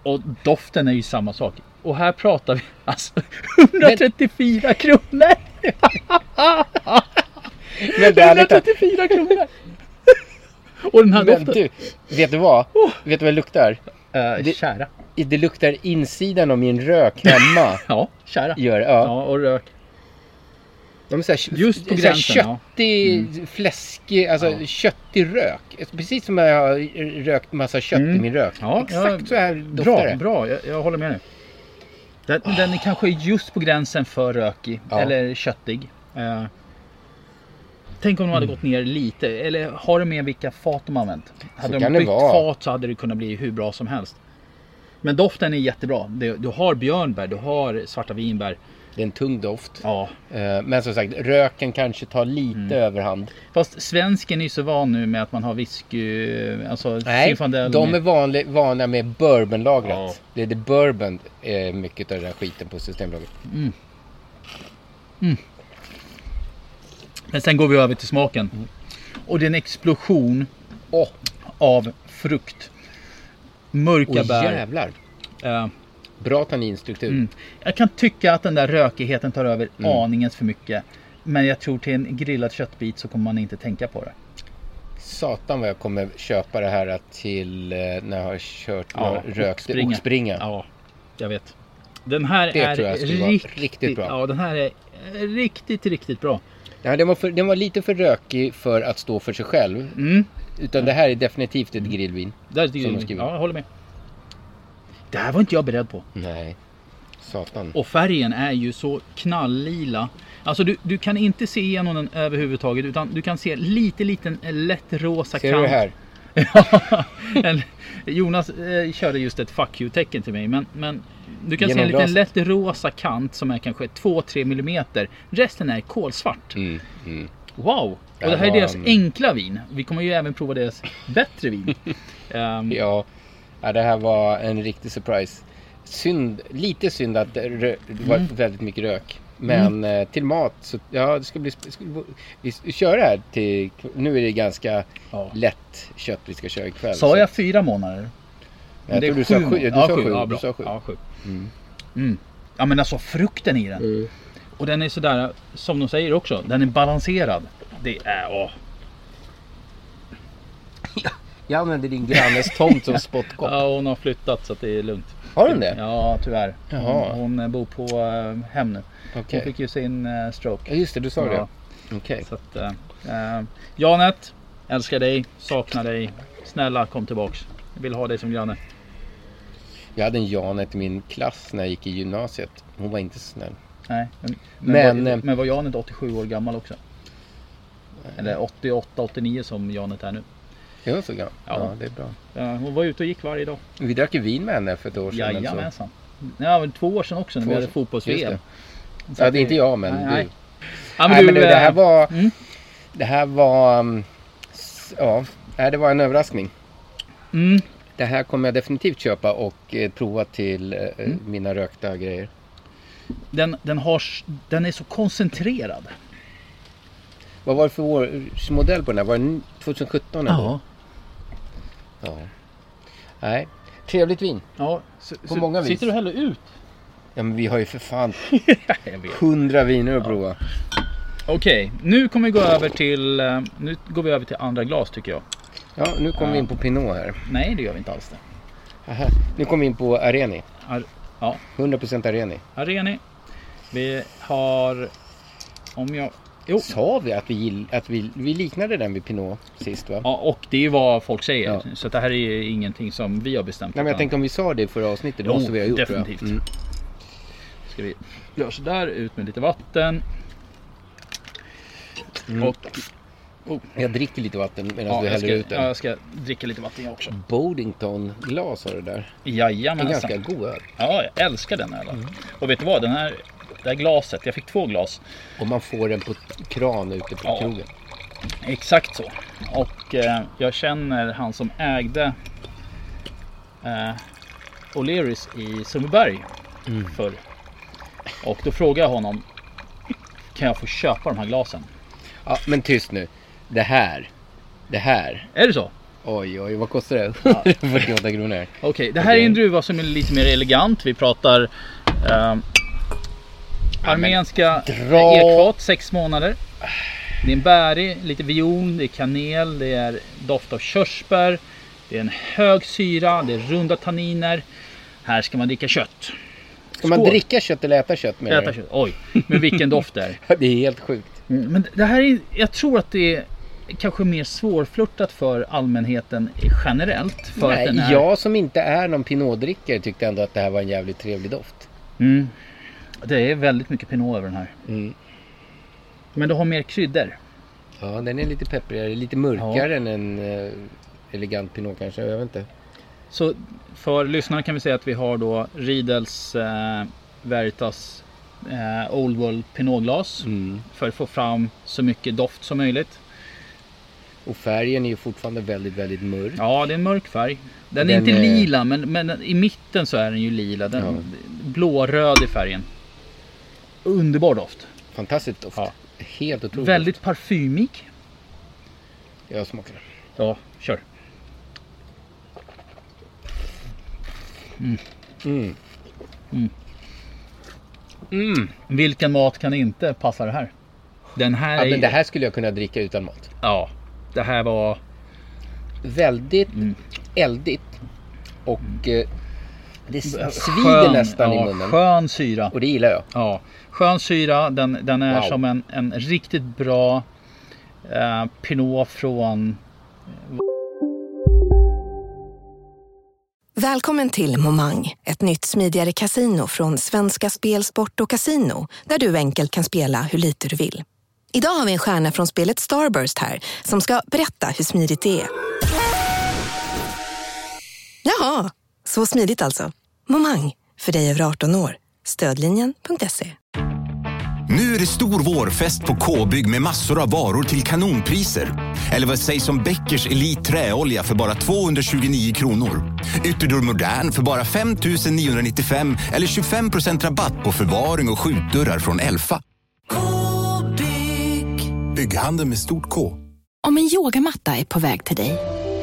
S8: Och doften är ju samma sak. Och här pratar vi alltså 134 kronor!
S9: Men det är lite...
S8: 134 kronor! Och den här
S9: Men
S8: doften.
S9: du, vet du vad? Vet du vad det luktar?
S8: Oh. Eh,
S9: det-
S8: kära.
S9: Det luktar insidan av min rök hemma.
S8: Ja, kära.
S9: Gör, det,
S8: Ja, och rök.
S9: De är så här,
S8: Just på
S9: så här
S8: gränsen, ja. Mm.
S9: köttig, fläskig, alltså köttig rök. Precis som jag har rökt massa kött i min rök.
S8: Mm. Ja,
S9: Exakt
S8: ja,
S9: så här
S8: Bra,
S9: doftar det. Ah.
S8: bra. Jag, jag håller med nu. Den, den är kanske just på gränsen för rökig.
S9: Ja.
S8: Eller köttig. Eh, tänk om de hade
S9: Mm.
S8: gått ner lite. Eller har du med vilka fat de har använt? Hade
S9: kan
S8: de
S9: det
S8: bytt
S9: vara.
S8: fat så hade det kunnat bli hur bra som helst. Men doften är jättebra. Du, du har björnbär, du har svarta vinbär.
S9: Det är en tung doft.
S8: Ja. Mm.
S9: Eh, Men som sagt, röken kanske tar lite överhand.
S8: Fast svensken är ju så van nu med att man har whisky, alltså
S9: Nej,
S8: Zinfandel
S9: de är
S8: med-
S9: vanlig, vana med bourbonlagret.
S8: Ja.
S9: Det är det bourbon, eh, mycket av den här skiten på Systembolaget.
S8: Men sen går vi över till smaken.
S9: Mm.
S8: Och det är en explosion
S9: Åh,
S8: av frukt. Mörka
S9: åh
S8: bär.
S9: jävlar!
S8: Eh,
S9: Bra tanninstruktur.
S8: Mm. jag kan tycka att den där rökigheten tar över
S9: Mm.
S8: aningens för mycket. Men jag tror till en grillad köttbit så kommer man inte tänka på det.
S9: Satan vad jag kommer köpa det här till eh, när jag har kört
S8: Ja,
S9: ja, rökt
S8: oxbringa.
S9: oxbringa.
S8: Ja, jag vet. Den här
S9: Det
S8: är
S9: tror jag skulle vara
S8: riktigt,
S9: riktigt bra.
S8: Ja, den här är riktigt, riktigt bra.
S9: Ja, den, var för, den var lite för rökig för att stå för sig själv.
S8: Mm.
S9: Utan det här är definitivt ett grillvin.
S8: Där, det,
S9: Som de skriver.
S8: ja, jag håller med. Det här var inte jag beredd på.
S9: Nej. Satan.
S8: Och färgen är ju så knalllila. Alltså du, du kan inte se igenom den överhuvudtaget utan du kan se lite liten eh, lätt rosa
S9: Ser
S8: kant.
S9: du det här?
S8: En- Jonas eh, körde just ett fuck you tecken till mig men, men du kan se en liten
S9: Genomglaset.
S8: lätt rosa kant som är kanske 2-3 millimeter. Resten är kolsvart.
S9: Mm, mm.
S8: Wow! Och
S9: Där
S8: det här är
S9: var
S8: deras
S9: han.
S8: enkla vin. Vi kommer ju även prova deras bättre vin. Ehm,
S9: Ja. ja, det här
S8: Mm.
S9: var en riktig surprise. Synd, lite synd att det rö- det var väldigt mycket rök. Men eh, till mat så, ja det ska bli, sp- skulle, vi s- kör det här till, nu är det ganska lätt kött vi ska köra ikväll.
S8: Sa jag fyra månader?
S9: Nej, jag tror du sa sju. Du sa sju.
S8: Ja,
S9: Du
S8: bra.
S9: sa sju.
S8: Ja, sju. Mm. ja, men alltså frukten i den. Och den är sådär, som de säger också, den är balanserad. Det är, åh.
S9: Jag använder din grannes tomt som spottkopp.
S8: Ja, hon har flyttat så att det är lugnt.
S9: Har hon det?
S8: Ja, tyvärr.
S9: Jaha.
S8: Hon, hon bor på eh, hem nu.
S9: Okej.
S8: Hon fick ju sin eh, stroke.
S9: Ja, just det, du sa det. Okej.
S8: Så att, eh, eh, Janet, älskar dig, saknar dig. Snälla kom tillbaks. Jag vill ha dig som granne.
S9: Jag hade en Janet i min klass när jag gick i gymnasiet. Hon var inte snäll.
S8: Nej, men,
S9: Men,
S8: men, var,
S9: eh,
S8: men var Janet 87 år gammal också? Eller 88, 89 som Janet är nu.
S9: Jag var så gammal. Ja.
S8: Ja.
S9: det är bra.
S8: Ja, hon var ute och gick varje dag.
S9: Vi drack ju vin med henne för ett år sedan. eller så.
S8: Jajamensan. Ja, men två år sedan också när
S9: Två
S8: vi
S9: år
S8: hade
S9: sedan.
S8: fotbolls-VM.
S9: Just Ja, det är inte jag men
S8: Nej,
S9: du.
S8: nej. Ja, men
S9: Ja, men Nej,
S8: du,
S9: men du, det här
S8: eh,
S9: var...
S8: mm.
S9: Det här var... mm, s- Ja, nej, det var en överraskning.
S8: Mm.
S9: Det här kommer jag definitivt köpa och eh, prova till eh,
S8: Mm.
S9: mina rökta grejer.
S8: Den, den, har, s- den är så koncentrerad.
S9: Vad var det för årsmodell på den här? Var det 2017? eller? ja. Nej. Trevligt vin.
S8: ja så,
S9: På
S8: så-
S9: många vis.
S8: Sitter du heller ut?
S9: Ja, men vi har ju för fan
S8: Jag vet.
S9: hundra viner att prova.
S8: Okej, nu kommer vi gå över till eh, Nu går vi över till andra glas tycker jag.
S9: Ja, nu kommer vi in på Pinot här.
S8: Nej, det gör vi inte alls det.
S9: Aha. Nu kommer vi in på Areni.
S8: Ar, ja,
S9: 100% Areni.
S8: Areni. Vi har Om jag Jo,
S9: Sa vi att vi, gill, att vi, vi liknade den vid Pinot sist va?
S8: ja, och det är ju vad folk säger.
S9: Ja.
S8: Så det här är ju ingenting som vi har bestämt.
S9: Nej men jag
S8: utan-
S9: tänkte om vi sa det i förra avsnittet, det
S8: Jo,
S9: måste vi ha gjort tror jag.
S8: definitivt.
S9: Mm.
S8: Ska vi göra sådär, ut med lite vatten. Och,
S9: Jag dricker lite vatten medan
S8: ja,
S9: du
S8: jag,
S9: häller
S8: ska,
S9: ut den.
S8: ja, jag ska dricka lite vatten jag också.
S9: Bodington-glas har du där. Det är
S8: Jajamensan.
S9: ganska god öl.
S8: Ja, jag älskar den ölen. Och vet du vad? Den här, det här glaset, jag fick två glas.
S9: Och man får den på kran ute på
S8: Ja.
S9: krogen.
S8: Exakt så. Och eh, jag känner han som ägde eh, O'Learys i Sundbyberg förr. Och då frågade jag honom, kan jag få köpa de här glasen?
S9: Ja, men tyst nu. Det här. Det här.
S8: Är det så?
S9: Oj, oj, vad kostar det? 48 kronor.
S8: Okej, det här är en druva som är lite mer elegant. Vi pratar ehm, armenska
S9: dra-
S8: ekfat, sex månader. Det är en bärig, lite viol, det är kanel, det är doft av körsbär. Det är en hög syra, det är runda tanniner. Här ska man dricka kött.
S9: Ska man
S8: Skål.
S9: dricka kött eller äta kött menar
S8: Äta
S9: du?
S8: kött. Oj, men vilken doft det är.
S9: Det är helt sjukt.
S8: Men det här är, jag tror att det är kanske mer svårflörtat för allmänheten generellt. För att den
S9: Nej,
S8: är...
S9: jag som inte är någon pinotdrickare tyckte ändå att det här var en jävligt trevlig doft.
S8: Mm. Det är väldigt mycket pinot över den här.
S9: Mm.
S8: Men du har mer kryddor.
S9: Ja, den är lite pepprigare, lite mörkare än en eh, elegant pinot kanske. Jag vet inte.
S8: Så för lyssnarna kan vi säga att vi har då Riedels eh, Veritas eh, Old World Pinotglas.
S9: Mm.
S8: För att få fram så mycket doft som möjligt.
S9: Och färgen är ju fortfarande väldigt, väldigt mörk.
S8: Ja, det är en mörk färg. Den, är
S9: Den
S8: inte
S9: är-
S8: lila, men, men i mitten så är den ju lila. Den, Blåröd i färgen. Underbar doft.
S9: Fantastiskt doft.
S8: Ja.
S9: Helt otroligt.
S8: Väldigt parfymig.
S9: Jag smakar den.
S8: Ja, kör.
S9: Mm.
S8: Mm. Vilken mat kan inte passa det här? Den här
S9: Ja,
S8: är
S9: men
S8: ju-
S9: det här skulle jag kunna dricka utan mat.
S8: Ja, det här var...
S9: Väldigt
S8: Mm.
S9: eldigt. Och eh, det svider nästan
S8: ja,
S9: i munnen.
S8: Skön syra.
S9: Och det gillar jag.
S8: Ja, skön syra. Den, den är
S9: Wow.
S8: som en, en riktigt bra eh, pinot från...
S11: Välkommen till Momang, ett nytt smidigare kasino från Svenska Spel, Sport och Casino där du enkelt kan spela hur lite du vill. Idag har vi en stjärna från spelet Starburst här som ska berätta hur smidigt det är. Jaha, så smidigt alltså. Momang, för dig över 18 år. Stödlinjen.se.
S12: Nu är det stor vårfest på K-bygg med massor av varor till kanonpriser. Eller vad sägs om Bäckers Elite Träolja för bara 229 kronor? Ytterdörr Modern för bara 5 995 eller 25 rabatt på förvaring och skjutdörrar från Elfa.
S13: K-bygg.
S12: Bygghandeln med stort K.
S13: Om en yogamatta är på väg till dig,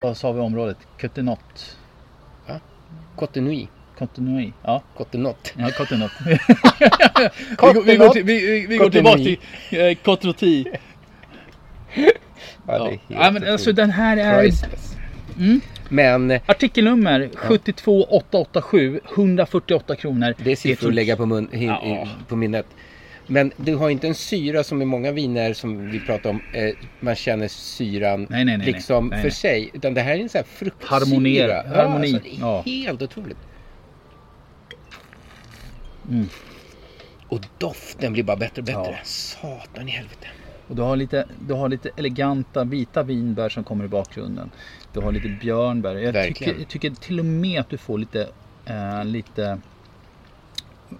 S8: Vad sa vi om området? Cottenot?
S9: Va? Cottenui?
S8: Cottenui, ja.
S9: Cottenot.
S8: Ja, Cottenot. vi, går- vi går till- vi, vi, vi går tillbaka till eh, Cotroti.
S9: Ja, det är
S8: Ja.
S9: helt
S8: Ja, men alltså
S9: otroligt.
S8: den här är...
S9: Priceless.
S8: Mm.
S9: Men... eh,
S8: Artikelnummer 72887, 148 kronor.
S9: Det är siffror att
S8: totalt-
S9: lägga på, mun, i- i- på minnet. Men du har inte en syra som i många viner som vi pratar om, eh, man känner syran
S8: Nej, nej, nej,
S9: liksom
S8: nej, nej.
S9: för sig. Utan det här är en sån här fruktsyra.
S8: Harmonera-
S9: Ja,
S8: harmoni,
S9: Alltså, det är
S8: ja.
S9: Helt otroligt.
S8: Mm.
S9: Och doften blir bara bättre och bättre. Satan i helvete.
S8: Och du har, lite, du har lite eleganta vita vinbär som kommer i bakgrunden. Du har lite björnbär. Jag, tycker,
S9: Verkligen.
S8: jag tycker till och med att du får lite, eh, lite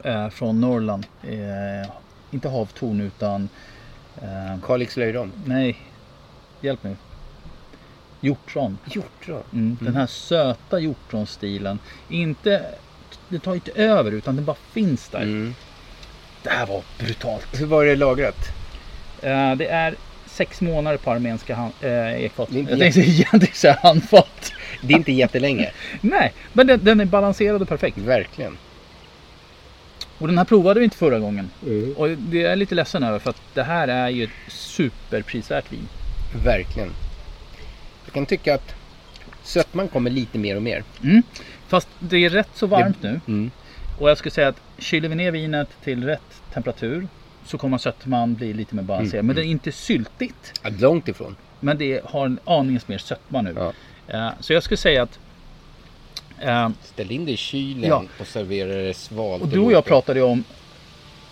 S8: eh, från Norrland. Eh, inte havtorn utan... Eh,
S9: Kalix löjrom?
S8: Nej, hjälp nu. Hjortron.
S9: Hjortron?
S8: Mm, den här söta hjortronstilen. Inte, det tar inte över utan den bara finns där. Det här var brutalt.
S9: Mm. Hur var det lagrat? Mm.
S8: Eh, det är sex månader på armenska hand, eh, ekfat.
S9: inte
S8: Jag tänkte
S9: jätte-
S8: egentligen säga handfat.
S9: Det är inte jättelänge.
S8: Nej, men den, den är balanserad och perfekt.
S9: Verkligen.
S8: Och den här provade vi inte förra gången. Och det är jag lite ledsen över för att det här är ju ett superprisvärt vin.
S9: Verkligen. Jag kan tycka att sötman kommer lite mer och mer.
S8: Mm. Fast det är rätt så varmt nu.
S9: Mm.
S8: Och jag skulle säga att kyler vi ner vinet till rätt temperatur så kommer sötman bli lite mer balanserad.
S9: Mm,
S8: Men det
S9: mm.
S8: är inte syltigt.
S9: Långt ifrån.
S8: Men det har en aningens mer sötma nu. Eh, Så jag skulle säga att... eh,
S9: Ställ in det i kylen
S8: Ja.
S9: och servera det svalt.
S8: Och du och jag pratade ju om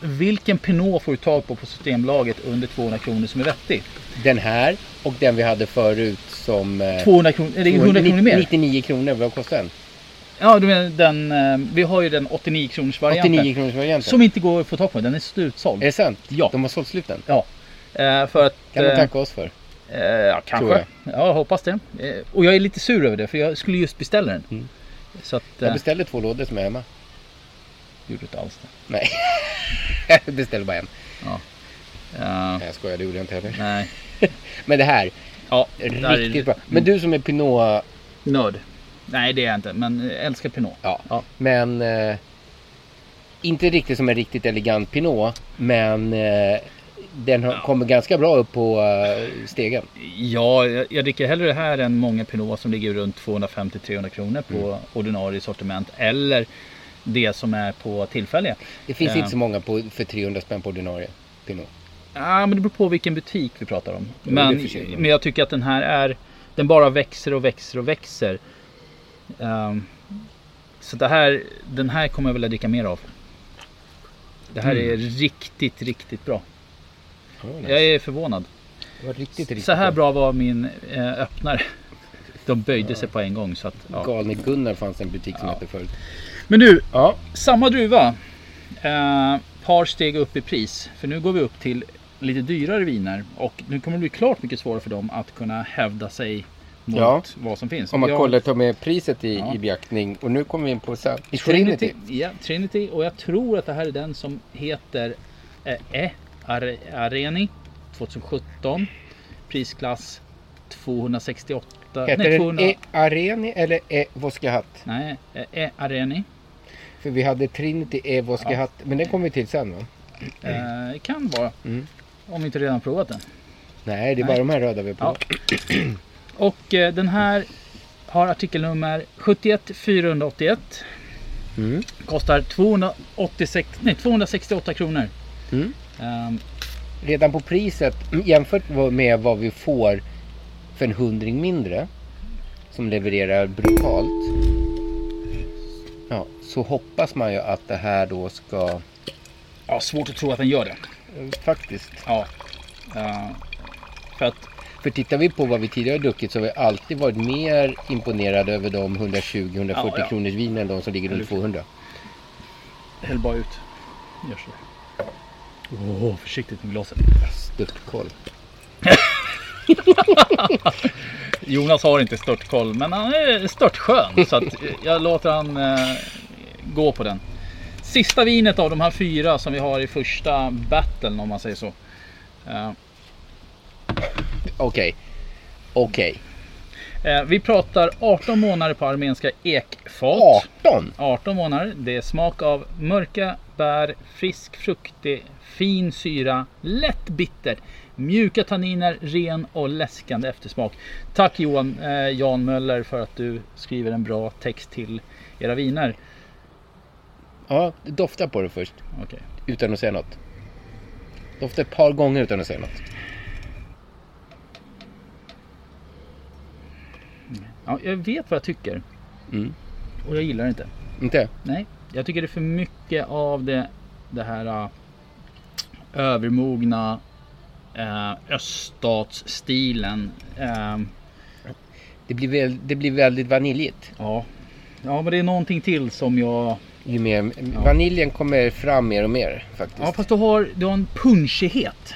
S8: vilken Pinot får du tag på på Systembolaget under 200 kronor som är vettig?
S9: Den här och den vi hade förut som... eh,
S8: 200 kronor, eller 100 kronor mer.
S9: 99 kronor, vad kostar den?
S8: Ja, du menar den, eh, vi har ju den 89 kronors varianten.
S9: 89 kronors varianten.
S8: Som inte går att få tag på, den är slutsåld. Är
S9: det sant?
S8: Ja.
S9: De har sålt slut den?
S8: Ja. Eh, för att,
S9: Kan de
S8: eh,
S9: tacka oss för?
S8: Eh, ja, kanske.
S9: jag.
S8: Jag. Ja, jag hoppas det. Eh, och jag är lite sur över det för jag skulle just beställa den. Så att, eh,
S9: Jag beställde två lådor som är hemma.
S8: Gjorde du inte alls det?
S9: Nej. jag beställde bara en.
S8: Ja. Eh,
S9: Nej, jag skojar, det gjorde jag inte heller.
S8: Nej.
S9: Men det här.
S8: Ja,
S9: riktigt
S8: det här är-
S9: bra. Men du som är Pinot...
S8: Nörd. Nej, det är jag inte. Men jag älskar Pinot.
S9: Ja. Men... Eh, inte riktigt som en riktigt elegant Pinot. Men eh, den har, kommer ganska bra upp på eh, stegen.
S8: Ja, jag, jag dricker hellre det här än många Pinot som ligger runt 250-300 kronor på ordinarie sortiment. Eller det som är på tillfälliga.
S9: Det finns
S8: Eh,
S9: inte så många på, för 300 spänn på ordinarie Pinot.
S8: Ja, men det beror på vilken butik vi pratar om.
S9: det är
S8: Men,
S9: för sig.
S8: men jag tycker att den här är... Den bara växer och växer och växer. Ehm, så det här, den här kommer jag vilja dricka mer av. Det här
S9: Mm.
S8: är riktigt, riktigt bra.
S9: nice.
S8: Jag är förvånad.
S9: Det var riktigt, riktigt
S8: så här bra var min eh, öppnare. De böjde sig på en gång. Så att, ja.
S9: Galne Gunnar fanns en butik som hette förut.
S8: Men du, samma druva. Eh, par steg upp i pris. För nu går vi upp till lite dyrare viner. Och nu kommer det bli klart mycket svårare för dem att kunna hävda sig mot
S9: Ja.
S8: vad som finns.
S9: Om man
S8: Jag-
S9: kollar, tar med priset i,
S8: Ja.
S9: i beaktning. Och nu kommer vi in på sen, i Trinity.
S8: Trinity. Ja, Trinity. Och jag tror att det här är den som heter eh, E Are, Areni 2017. Prisklass 268.
S9: Heter
S8: nej,
S9: den
S8: 200,
S9: E Areni eller E Voskahatt?
S8: Nej, E Areni.
S9: För vi hade Trinity E Voskahatt. Men den kommer vi till sen va?
S8: eh, kan vara.
S9: Mm.
S8: Om vi inte redan provat den.
S9: Nej, det är
S8: Nej.
S9: bara de här röda vi har på.
S8: Och eh, den här har artikelnummer 71481.
S9: Mm.
S8: Kostar 286, nej, 268 kronor. Ehm,
S9: Mm. Redan på priset jämfört med vad vi får för en hundring mindre som levererar brutalt. Ja, så hoppas man ju att det här då ska...
S8: Ja, svårt att tro att den gör det.
S9: Faktiskt.
S8: Ja. för att...
S9: För tittar vi på vad vi tidigare har druckit så har vi alltid varit mer imponerade över de 120-140
S8: Ja, ja.
S9: kronors vin än de som ligger runt
S8: Eller-
S9: 200.
S8: Häll bara ut. Gör så. Åh, försiktigt med glaset.
S9: Störtkoll.
S8: Jonas har inte störtkoll, men han är störtskön. så att eh, jag låter han eh, gå på den. Sista vinet av de här fyra som vi har i första battlen om man säger så. Eh,
S9: Okej. Okej.
S8: Eh, Vi pratar 18 månader på armenska ekfat.
S9: 18?
S8: 18 månader. Det är smak av mörka bär, frisk fruktig, fin syra, lätt bitter, mjuka tanniner, ren och läskande eftersmak. Tack Johan eh, Jan Möller för att du skriver en bra text till era viner.
S9: Ja, dofta på det först.
S8: Okej.
S9: Utan att säga något. Dofta ett par gånger utan att säga något.
S8: Ja, jag vet vad jag tycker
S9: Mm.
S8: och jag gillar det inte.
S9: Inte?
S8: Nej, jag tycker det är för mycket av det, det här eh, övermogna eh, öststatsstilen. Ehm,
S9: det, blir väl, det blir väldigt vaniljigt.
S8: Ja. ja, men det är någonting till som jag...
S9: Ju mer, Vaniljen kommer fram mer och mer faktiskt.
S8: Ja, fast du har, du har en punchighet.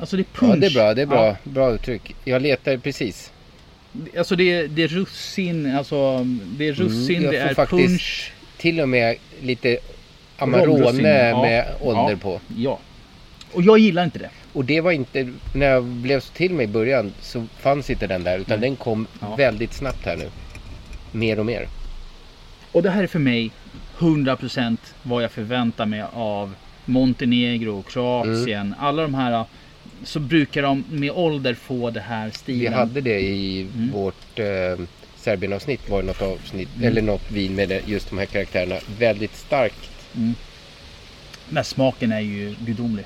S8: Alltså det är punch.
S9: Ja, det är bra. Det är bra,
S8: Ja,
S9: bra uttryck. Jag letar precis.
S8: alltså det är, det är russin, alltså det är russin,
S9: Mm, jag
S8: det
S9: får
S8: är
S9: faktiskt
S8: punch.
S9: Till och med lite Amarone
S8: Romrussin, ja.
S9: med ålder
S8: Ja,
S9: på.
S8: Ja. Och jag gillar inte det.
S9: Och det var inte, när jag blev så till mig i början så fanns inte den där utan den kom
S8: Ja.
S9: väldigt snabbt här nu. Mer och mer.
S8: Och det här är för mig 100% vad jag förväntar mig av Montenegro, Kroatien,
S9: Mm.
S8: alla de här. Så brukar de med ålder få det här
S9: Vi
S8: stilen.
S9: hade det i vårt eh, Serbienavsnitt var det något avsnitt
S8: Mm.
S9: eller något vin med det- just de här karaktärerna. Väldigt starkt.
S8: Mm. Men smaken är ju gudomlig.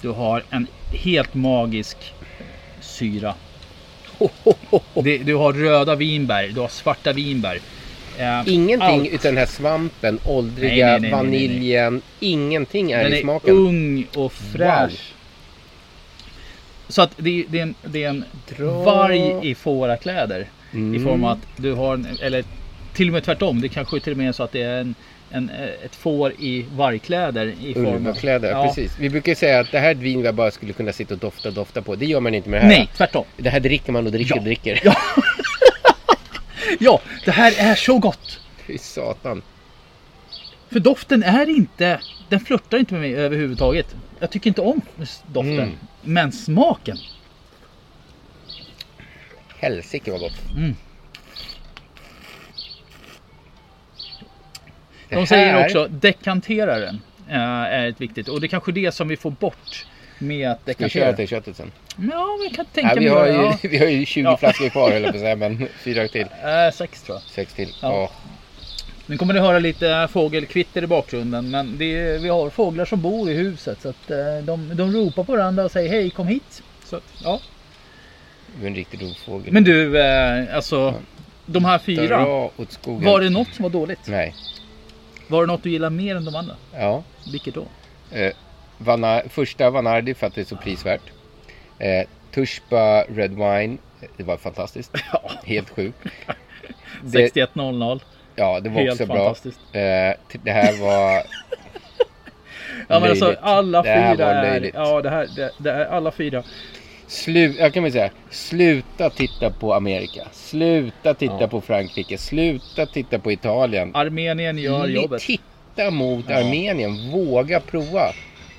S8: Du har en helt magisk syra. Det- Du har röda vinbär, du har svarta vinbär. Eh,
S9: Ingenting
S8: allt.
S9: utan den här svampen, åldriga,
S8: Nej, nej, nej, nej, nej, nej.
S9: vaniljen. Ingenting är
S8: Den
S9: i
S8: är
S9: smaken.
S8: ung och fräsch. Så att det, är- det, är en, det är en varg i fårakläder. I
S9: Mm.
S8: form av att du har, en, eller till och med tvärtom. Det kanske till och med är så att det är en, en, eh, ett får i vargkläder. I form av-
S9: Ulvakläder,
S8: Ja.
S9: precis. Vi brukar ju säga att det här är ett vin jag bara skulle kunna sitta och dofta och dofta på. Det gör man inte med det här.
S8: Nej, tvärtom.
S9: Det här dricker man och dricker och dricker.
S8: Ja, det här är så gott!
S9: Fy satan.
S8: För doften är inte, den flörtar inte med mig överhuvudtaget. Jag tycker inte om doften.
S9: Mm.
S8: Men smaken!
S9: Helsike vad gott.
S8: Mm.
S9: Det
S8: De säger
S9: här-
S8: också dekanteraren eh, är ett viktigt. Och det är kanske det som vi får bort med att
S9: Ska vi köra
S8: dekantera.
S9: till köttet sen?
S8: Ja, men jag kan tänka
S9: Nej, vi,
S8: mig
S9: har
S8: det,
S9: ju,
S8: ja.
S9: vi har ju 20
S8: Ja.
S9: flaskor kvar höll jag på att säga, men fyra till.
S8: Eh, sex tror jag.
S9: Sex till.
S8: Ja.
S9: Ja.
S8: Nu kommer ni höra lite fågelkvitter i bakgrunden. Men det är, vi har fåglar som bor i huset. Så att, eh, de, de ropar på varandra och säger hej kom hit. Så, att, ja.
S9: Du är en riktig rovfågel.
S8: Men du, eh, alltså de här fyra.
S9: Dra åt skogen.
S8: Var det något som var dåligt?
S9: Nej.
S8: Var det något du gillar mer än de andra?
S9: Ja.
S8: Vilket då?
S9: Eh, Vana, första Vanardi för att det är så prisvärt. Eh, Tushba Red Wine. eh, Det var fantastiskt. Helt sjukt. Det-
S8: 6100.
S9: Ja, det var
S8: Helt
S9: också bra.
S8: fantastiskt.
S9: Eh, t- det här var...
S8: Ja men alltså
S9: löjligt.
S8: alla
S9: Det här
S8: fyra
S9: var
S8: är...
S9: löjligt.
S8: Ja det här, det, det är alla fyra.
S9: Slu, jag kan väl säga, sluta titta på Amerika. Sluta titta på Frankrike. Sluta titta på Italien.
S8: Armenien gör
S9: Ni
S8: jobbet.
S9: Titta mot
S8: Ja.
S9: Armenien. Våga prova.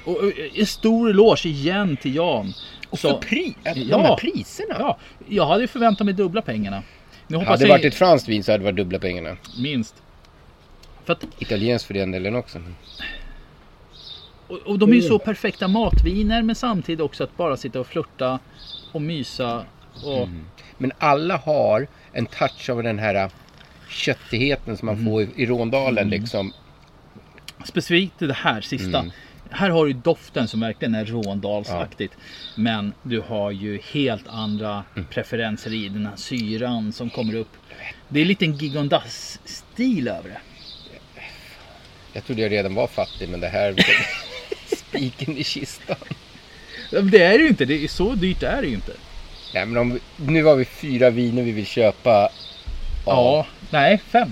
S8: Och, och, en stor eloge igen till Jan.
S9: Och för pri- att de här priserna.
S8: Ja, jag hade ju förväntat mig dubbla pengarna. Nu hoppas
S9: hade det
S8: jag,
S9: varit ett franskt vin så hade det varit dubbla pengarna.
S8: Minst. För att,
S9: Italienskt för den delen också.
S8: och, och de är ju så perfekta matviner men samtidigt också att bara sitta och flirta och mysa. Och,
S9: Mm. Men alla har en touch av den här äh,
S8: Mm.
S9: köttigheten som man får i, i Råndalen liksom.
S8: Specifikt det här sista.
S9: Mm.
S8: här har du doften som verkligen är Råndalsaktigt. Men du har ju helt andra
S9: Mm.
S8: preferenser i den här syran som kommer upp. Det är lite en Gigondas-stil över det.
S9: Jag trodde jag redan var fattig men det här spiken i kistan.
S8: Det är ju inte, det är så dyrt är det ju inte.
S9: Nej men om, vi- nu har vi fyra viner vi vill köpa.
S8: Ja, nej, fem.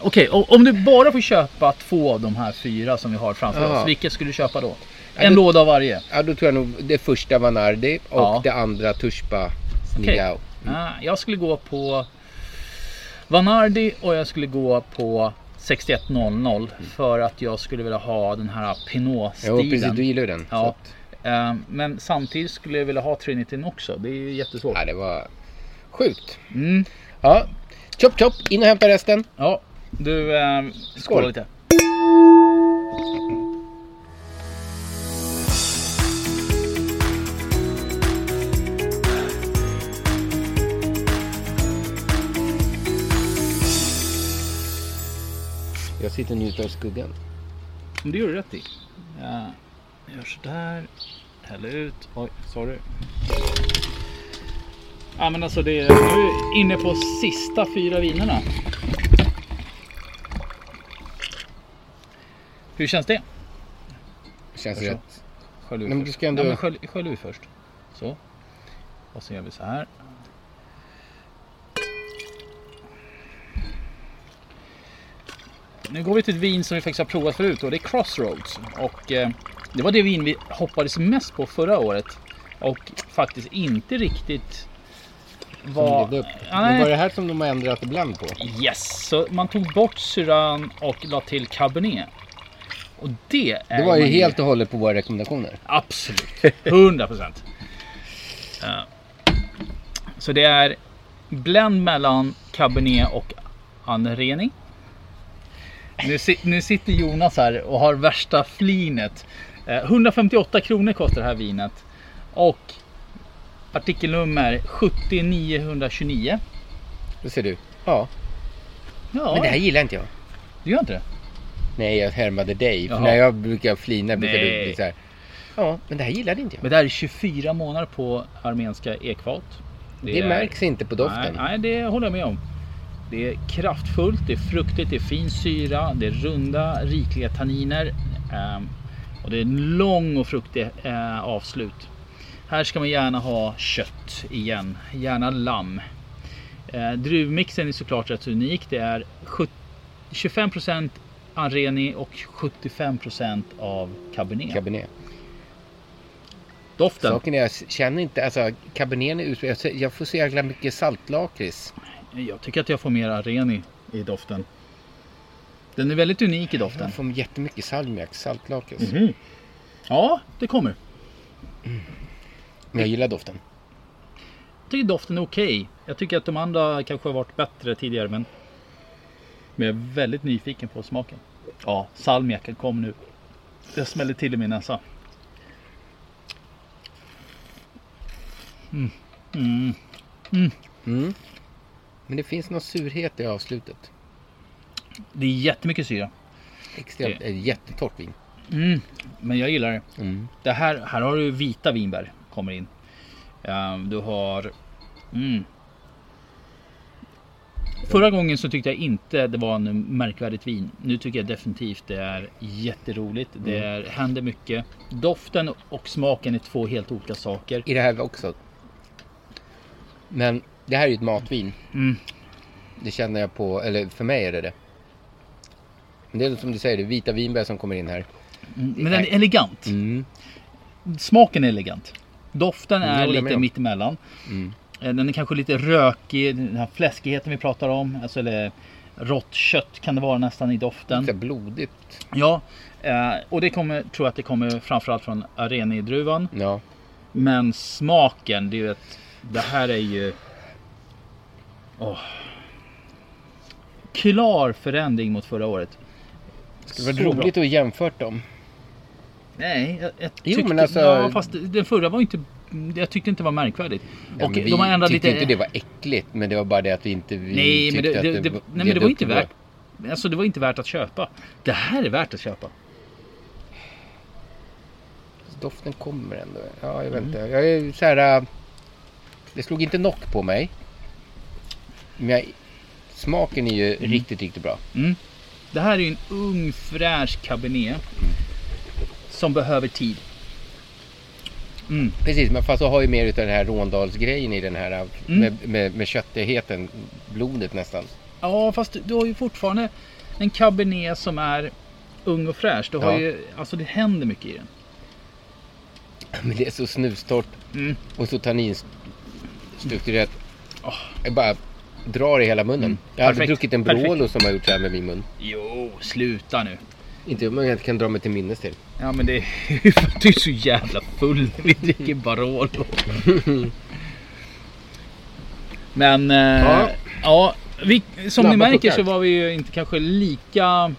S8: Okej, o- om du bara får köpa två av de här fyra som vi har framför
S9: Ja.
S8: oss, vilka skulle du köpa då?
S9: Ja,
S8: En
S9: då-
S8: låda av varje?
S9: Ja då tror jag nog det första var Nardi och
S8: Ja.
S9: det andra Tushpa
S8: Okej.
S9: Sniao.
S8: Ah, jag skulle gå på Vanardi och jag skulle gå på 6100
S9: Mm.
S8: för att jag skulle vilja ha den här Pinot-stilen.
S9: Jo, precis, du gillar ju den, så
S8: Ja. Ehm, Men samtidigt skulle jag vilja ha Trinityn också. Det är ju jättesvårt.
S9: Ja, det var sjukt.
S8: Mm.
S9: Ja, chop chop, in och hämta resten.
S8: Ja, du ehm, skål. lite.
S9: Jag sitter och njuter av skuggan.
S8: Men det gör du rätt i. Ja, jag gör sådär. Häller ut. Oj, sorry. Ja men alltså det är nu inne på sista fyra vinerna. Hur känns det?
S9: Känns
S8: Gör så.
S9: rätt.
S8: Skölj ur
S9: Nej, men du
S8: först.
S9: ska ändå-
S8: Ja, men skölj, skölj ur först. Så. Och så gör vi så här. Nu går vi till ett vin som vi faktiskt har provat förut och det är Crossroads. Och eh, det var det vin vi hoppades mest på förra året. Och faktiskt inte riktigt var...
S9: Som levde upp.
S8: Nej.
S9: Men var det här som de har ändrat ibland på?
S8: Yes, så man tog bort syran och la till cabernet. Och det är
S9: Det var ju
S8: magi.
S9: helt och hållet på våra rekommendationer.
S8: Absolut, 100 procent. Så det är blend mellan cabernet och anreni. Nu, si- nu sitter Jonas här och har värsta flinet. Eh, 158 kronor kostar det här vinet. Och artikelnummer 70929.
S9: Det ser du. Ja.
S8: Ja.
S9: Men det här gillar inte jag.
S8: Du gör inte det?
S9: Nej, jag härmade dig. För
S8: Jaha.
S9: när jag brukar flina brukar
S8: Nej.
S9: du bli så här. Ja, men det här gillade inte jag.
S8: Men det här är 24 månader på armenska ekfat.
S9: Det märks inte på doften.
S8: Nej, nej, det håller jag med om. Det är kraftfullt, det är fruktigt, det är fin syra, det är runda, rikliga tanniner. ehm, och det är en lång och fruktig eh, avslut. Här ska man gärna ha kött igen, gärna lamm. Eh, druvmixen är såklart rätt unik. Det är 70 25% Anreni och 75% av Cabernet.
S9: Cabernet.
S8: Doften.
S9: Saken är, jag känner inte, alltså cabernet är ursprunglig. Jag får så jäkla mycket saltlakrits.
S8: Jag tycker att jag får mer Areni i doften. Den är väldigt unik i doften.
S9: Jag får jättemycket salmiak, saltlakrits.
S8: Mhm. Ja, det kommer.
S9: Men jag gillar doften.
S8: Jag tycker doften är okej. Jag tycker att de andra kanske har varit bättre tidigare men... Men jag är väldigt nyfiken på smaken. Ja, salmiaken kom nu. Jag smäller till i min näsa. Mm. Mm. Mm.
S9: Men det finns någon surhet i avslutet.
S8: Det är jättemycket syra.
S9: Extremt, ett jättetort vin.
S8: Mm, men jag gillar det. det här, här har du vita vinbär kommer in. Ehm, du har... Mm. Förra gången så tyckte jag inte det var en märkvärdigt vin. Nu tycker jag definitivt det är jätteroligt. Det
S9: Mm.
S8: är, händer mycket. Doften och smaken är två helt olika saker.
S9: I det här också. Men det här är ju ett matvin.
S8: Mm.
S9: Det känner jag på, eller för mig är det det. Men det är som du säger, det är vita vinbär som kommer in här.
S8: Mm, Men den är elegant. Smaken är elegant. Doften
S9: Mm, jag
S8: är
S9: Mm. håller med
S8: lite
S9: om. Mm.
S8: mittemellan. Eh, Den är kanske lite rökig, den här fläskigheten vi pratar om. Alltså, eller rått kött kan det vara nästan i doften. Lite
S9: blodigt.
S8: Ja, eh, och det kommer, tror jag att det kommer framförallt från arenidruvan.
S9: Ja.
S8: Men smaken, det, är ju ett, det här är ju... Åh. Klar förändring mot förra året.
S9: Det skulle
S8: Så
S9: varit
S8: bra.
S9: roligt att jämfört dem.
S8: Nej, jag, jag
S9: Jo,
S8: tyckte,
S9: men alltså-
S8: ja, fast den förra var ju inte... Jag tyckte inte det var märkvärdigt.
S9: Ja,
S8: och
S9: men vi
S8: de har ändrat
S9: tyckte
S8: lite...
S9: inte det var äckligt, men det var bara det att vi inte vi
S8: nej, men
S9: tyckte
S8: det,
S9: att
S8: det, det, nej,
S9: var-
S8: men det var
S9: dök
S8: inte
S9: bra.
S8: värt... Alltså det var inte värt att köpa. Det här är värt att köpa.
S9: doften kommer ändå. Ja, jag vet inte. Jag är så här... äh, Det slog inte knock på mig. Men jag, smaken är ju
S8: Mm.
S9: riktigt, riktigt bra.
S8: Det här är ju en ung fräsch cabernet. Som behöver tid.
S9: Precis, men fast jag har ju mer utav den här Råndalsgrejen i den här äh,
S8: Mm.
S9: med, med, med köttigheten, blodet nästan.
S8: Ja, fast du- du har ju fortfarande en cabernet som är ung och fräsch. Du har
S9: Ja.
S8: ju, alltså det händer mycket i den.
S9: Men det är så snustort
S8: Mm.
S9: och så tanninstrukturerat. Jag bara drar i hela munnen. Jag har aldrig
S8: Mm. Perfekt.
S9: druckit en
S8: Perfekt.
S9: Brolo som har gjort så här med min mun.
S8: Jo, sluta nu.
S9: Inte om jag kan dra mig till minnes till.
S8: Ja men det är ju för att du är så jävla full när vi dricker Barolo. Men eh, ja,
S9: Ja.
S8: vi, som ni
S9: Snabba
S8: märker så
S9: puckar.
S8: var vi ju inte kanske lika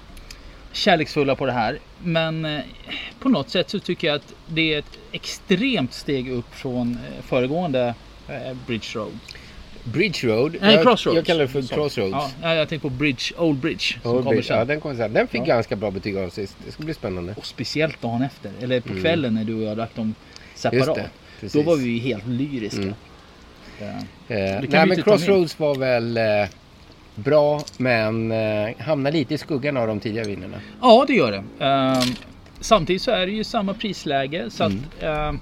S8: kärleksfulla på det här. Men eh, på något sätt så tycker jag att det är ett extremt steg upp från eh, föregående eh, Bridge Road.
S9: Bridge Road?
S8: Nej,
S9: Jag-
S8: Crossroads.
S9: jag kallar det för
S8: Så.
S9: Crossroads.
S8: Ja, jag tänkte på Bridge, Old Bridge. som
S9: Old
S8: kommer
S9: Bridge,
S8: sen.
S9: ja, den kommer sen. Den fick
S8: Ja.
S9: ganska bra betyg av sist. Det ska bli spännande.
S8: Och speciellt dagen efter, eller på
S9: Mm.
S8: kvällen när du och jag drack dem
S9: Just
S8: separat.
S9: det,
S8: Då
S9: precis.
S8: var vi ju helt lyriska.
S9: Mm.
S8: Eh,
S9: Eh,
S8: det kan
S9: nej,
S8: vi
S9: men
S8: inte ta med.
S9: Crossroads var väl eh, bra, men eh, hamnar lite i skuggan av de tidigare vinnarna.
S8: Ja, det gör det. Ehm, samtidigt så är det ju samma prisläge. Så
S9: Mm.
S8: att, ehm,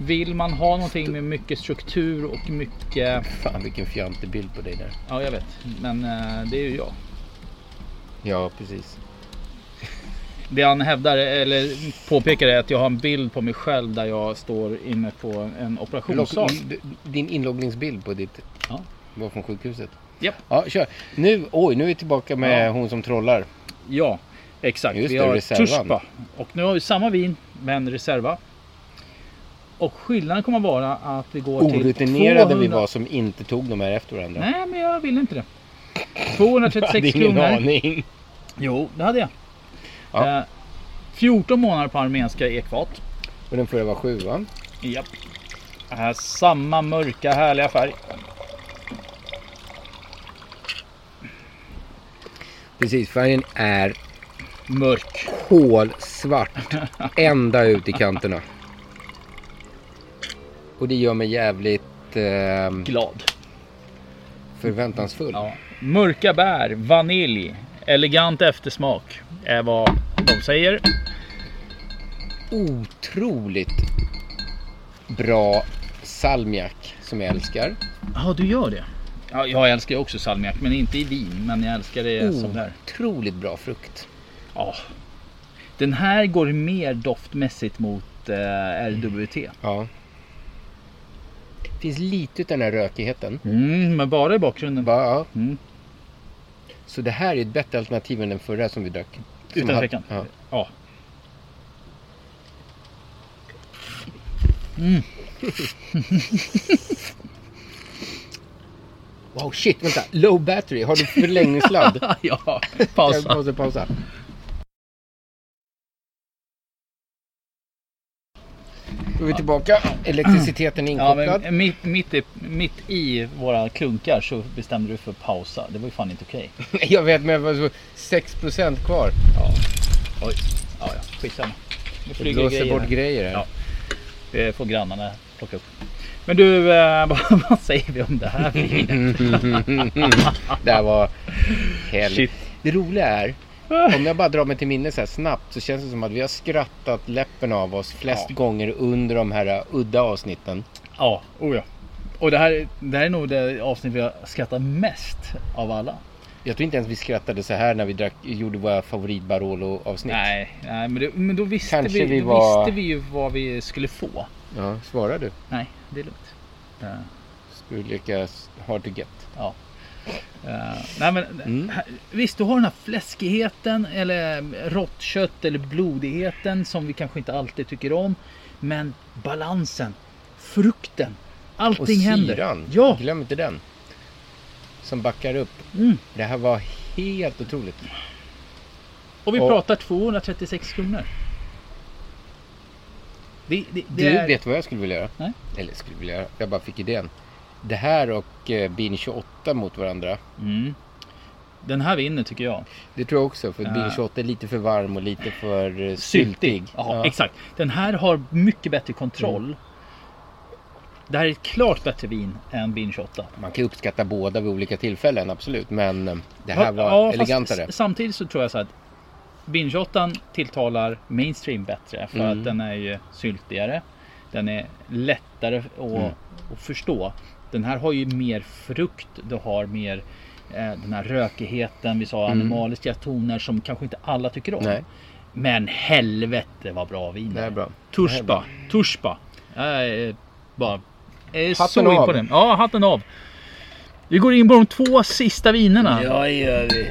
S8: vill man ha någonting med mycket struktur och mycket...
S9: Fan vilken fjantig bild på dig där.
S8: Ja, jag vet. Men eh, det är ju jag.
S9: Ja, precis.
S8: Det han hävdar, eller påpekar, är att jag har en bild på mig själv där jag står inne på en operationssal.
S9: Logg- din inloggningsbild på ditt...
S8: Ja.
S9: Var från sjukhuset.
S8: Japp.
S9: Ja, kör. Nu, oj, nu är vi tillbaka med
S8: Ja.
S9: hon som trollar.
S8: Ja, exakt.
S9: Just
S8: vi
S9: det,
S8: har
S9: reservan.
S8: Turspa. Och nu har vi samma vin, men Reserva. Och skillnaden kommer vara att vi går till
S9: Orutinerade
S8: 200...
S9: vi var som inte tog de här efter varandra.
S8: Nej, men jag vill inte det.
S9: Jag
S8: 236
S9: hade ingen
S8: kronor.
S9: aning.
S8: Jo, det hade jag.
S9: Ja.
S8: Eh, 14 månader på armenska ekfat.
S9: Och den förra var sjuan.
S8: Japp. Eh, samma mörka härliga färg.
S9: Precis, färgen är
S8: mörk.
S9: Kolsvart. Ända ut i kanterna. Och det gör mig jävligt... ehm,
S8: Glad.
S9: Förväntansfull.
S8: Ja. Mörka bär, vanilj, elegant eftersmak är vad de säger.
S9: Otroligt bra salmiak som jag älskar.
S8: Ja, du gör det. Ja, jag älskar ju också salmiak, men inte i vin. Men jag älskar det som det är.
S9: Otroligt bra frukt.
S8: Ja. Den här går mer doftmässigt mot eh, RWT.
S9: Ja. Det finns lite av den här rökigheten.
S8: Mm, men bara i bakgrunden.
S9: Bara, ja.
S8: Mm.
S9: Så det här är ett bättre alternativ än den förra som vi drack. Som
S8: Utan
S9: hade-
S8: tvekan.
S9: Ja.
S8: Ja.
S9: Wow, shit, vänta. Low battery. Har du förlängningssladd?
S8: ja,
S9: Jag
S8: pausa.
S9: måste pausa. Då är vi tillbaka. Elektriciteten är
S8: Ja,
S9: inkopplad.
S8: men mitt, mitt, i, mitt i våra klunkar så bestämde du för pausa. Det var ju fan inte okej.
S9: Jag vet, men det var så 6% kvar.
S8: Oj. Ja, ja. Skitsamma. Nu
S9: Det
S8: flyger
S9: blåser
S8: grejer
S9: bort
S8: här.
S9: grejer här.
S8: Ja. Det får grannarna plocka upp. Men du, eh, vad, vad säger vi om det här vinet?
S9: det här var helvete.
S8: Shit.
S9: Det roliga är, om jag bara drar mig till minnes så här snabbt så känns det som att vi har skrattat läppen av oss flest
S8: Ja.
S9: gånger under de här uh, udda avsnitten.
S8: Ja, oh ja. Och det här, det här är nog det avsnitt vi har skrattat mest av alla.
S9: Jag tror inte ens vi skrattade så här när vi drack, gjorde våra favorit Barolo-avsnitt.
S8: Nej, nej men, det, men då, visste
S9: Kanske
S8: vi,
S9: vi
S8: då
S9: var-
S8: visste vi ju vad vi skulle få.
S9: Ja, svarar du?
S8: Nej, det är lugnt. Eh,
S9: Skulle lyckas hard to get.
S8: Ja. Eh, nej, men,
S9: Mm.
S8: här- Visst, du har den här fläskigheten eller rått kött eller blodigheten som vi kanske inte alltid tycker om. Men balansen, frukten, allting
S9: Och syran,
S8: händer. Ja,
S9: glöm inte den. Som backar upp.
S8: Mm.
S9: Det här var helt otroligt.
S8: och vi
S9: och-
S8: pratar 236 kronor. Det, det, det
S9: du,
S8: är...
S9: vet vad jag skulle vilja göra?
S8: Nej.
S9: Eller skulle vilja göra, jag bara fick idén. Det här och eh, Bin 28 mot varandra.
S8: Mm. Den här vinner tycker jag.
S9: Det tror jag också. För
S8: Ja.
S9: Bin 28 är lite för varm och lite för eh,
S8: Syltig.
S9: syltig. Mm.
S8: Ja, exakt. Den här har mycket bättre kontroll. Det här är ett klart bättre vin än Bin 28.
S9: Man kan ju uppskatta båda vid olika tillfällen, absolut. Men eh, det här var
S8: Ja, fast
S9: elegantare.
S8: s- Samtidigt så tror jag så att Bin 28 tilltalar mainstream bättre för
S9: Mm.
S8: att den är ju syltigare. Den är lättare att,
S9: Mm.
S8: att förstå. Den här har ju mer frukt, du har mer eh, den här rökigheten, vi sa
S9: Mm.
S8: animaliska toner som kanske inte alla tycker om.
S9: Nej.
S8: Men helvete vad bra vin
S9: Det här är bra. Det här
S8: Turspa, turspa. Jag är bara jag är
S9: Hatten
S8: så
S9: av.
S8: imponerad. Ja, hatten av. Vi går in på de två sista vinerna.
S9: Ja, det gör vi.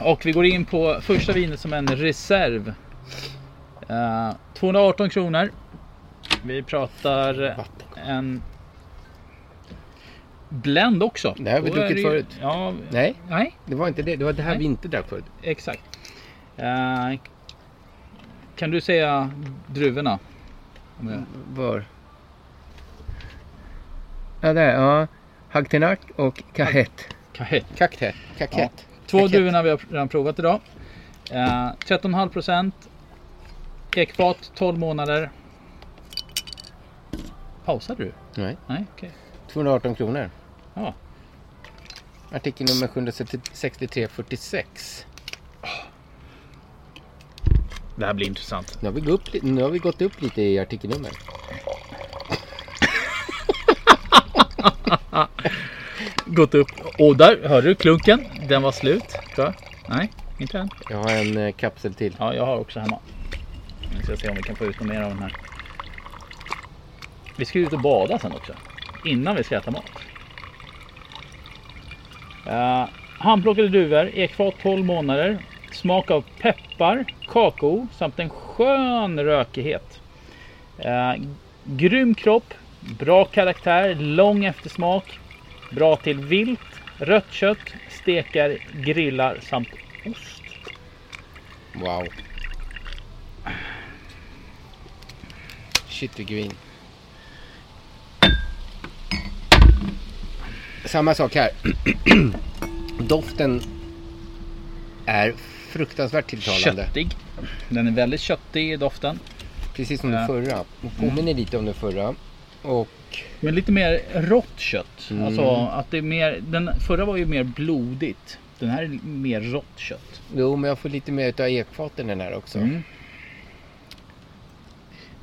S8: Och vi går in på första vinet som en reserv. Eh, 218 kronor. Vi pratar en blend också.
S9: Det här har vi
S8: Då är
S9: druckit
S8: det ju-
S9: förut.
S8: Ja,
S9: Nej.
S8: Nej.
S9: Det var inte det. Det var det här
S8: Nej.
S9: vi inte drack förut.
S8: exakt. Eh, kan du säga druvorna? Om jag-
S9: Var? Ja, där. Ja. Hagtenart och Kahet.
S8: Kahet.
S9: Kaktet. Kaket.
S8: Ja. Två druvorna vi har redan provat idag. Eh, 13,5 procent. Ekfat, 12 månader. Pausade du?
S9: Nej.
S8: Nej, okej.
S9: 218 kronor.
S8: Ja.
S9: Artikel nummer 76346.
S8: Det här blir intressant.
S9: Nu har vi gått upp, li- nu har vi gått upp lite i artikelnummer.
S8: Gått upp. Och där, hörde du klunken? Den var slut, tror jag. Nej, inte än.
S9: Jag har en eh, kapsel till.
S8: Ja, jag har också hemma. Nu ska jag se om vi kan få ut något mer av den här. Vi ska ju ut och bada sen också. Innan vi ska äta mat. Uh, handplockade druvor, ekfat 12 månader. Smak av peppar, kakao samt en skön rökighet. Eh, grym kropp, bra karaktär, lång eftersmak. Bra till vilt, rött kött, stekar, grillar samt ost.
S9: Wow. Shit vilket vin. Samma sak här. Doften är fruktansvärt tilltalande.
S8: Köttig. Den är väldigt köttig i doften.
S9: Precis som den
S8: Ja. Mm.
S9: förra. Den påminner lite om den förra. Och
S8: Men lite mer rått kött.
S9: Mm.
S8: Alltså att det är mer, den förra var ju mer blodigt. Den här är mer rått kött.
S9: jo, men jag får lite mer utav ekfaten den här också.
S8: Mm.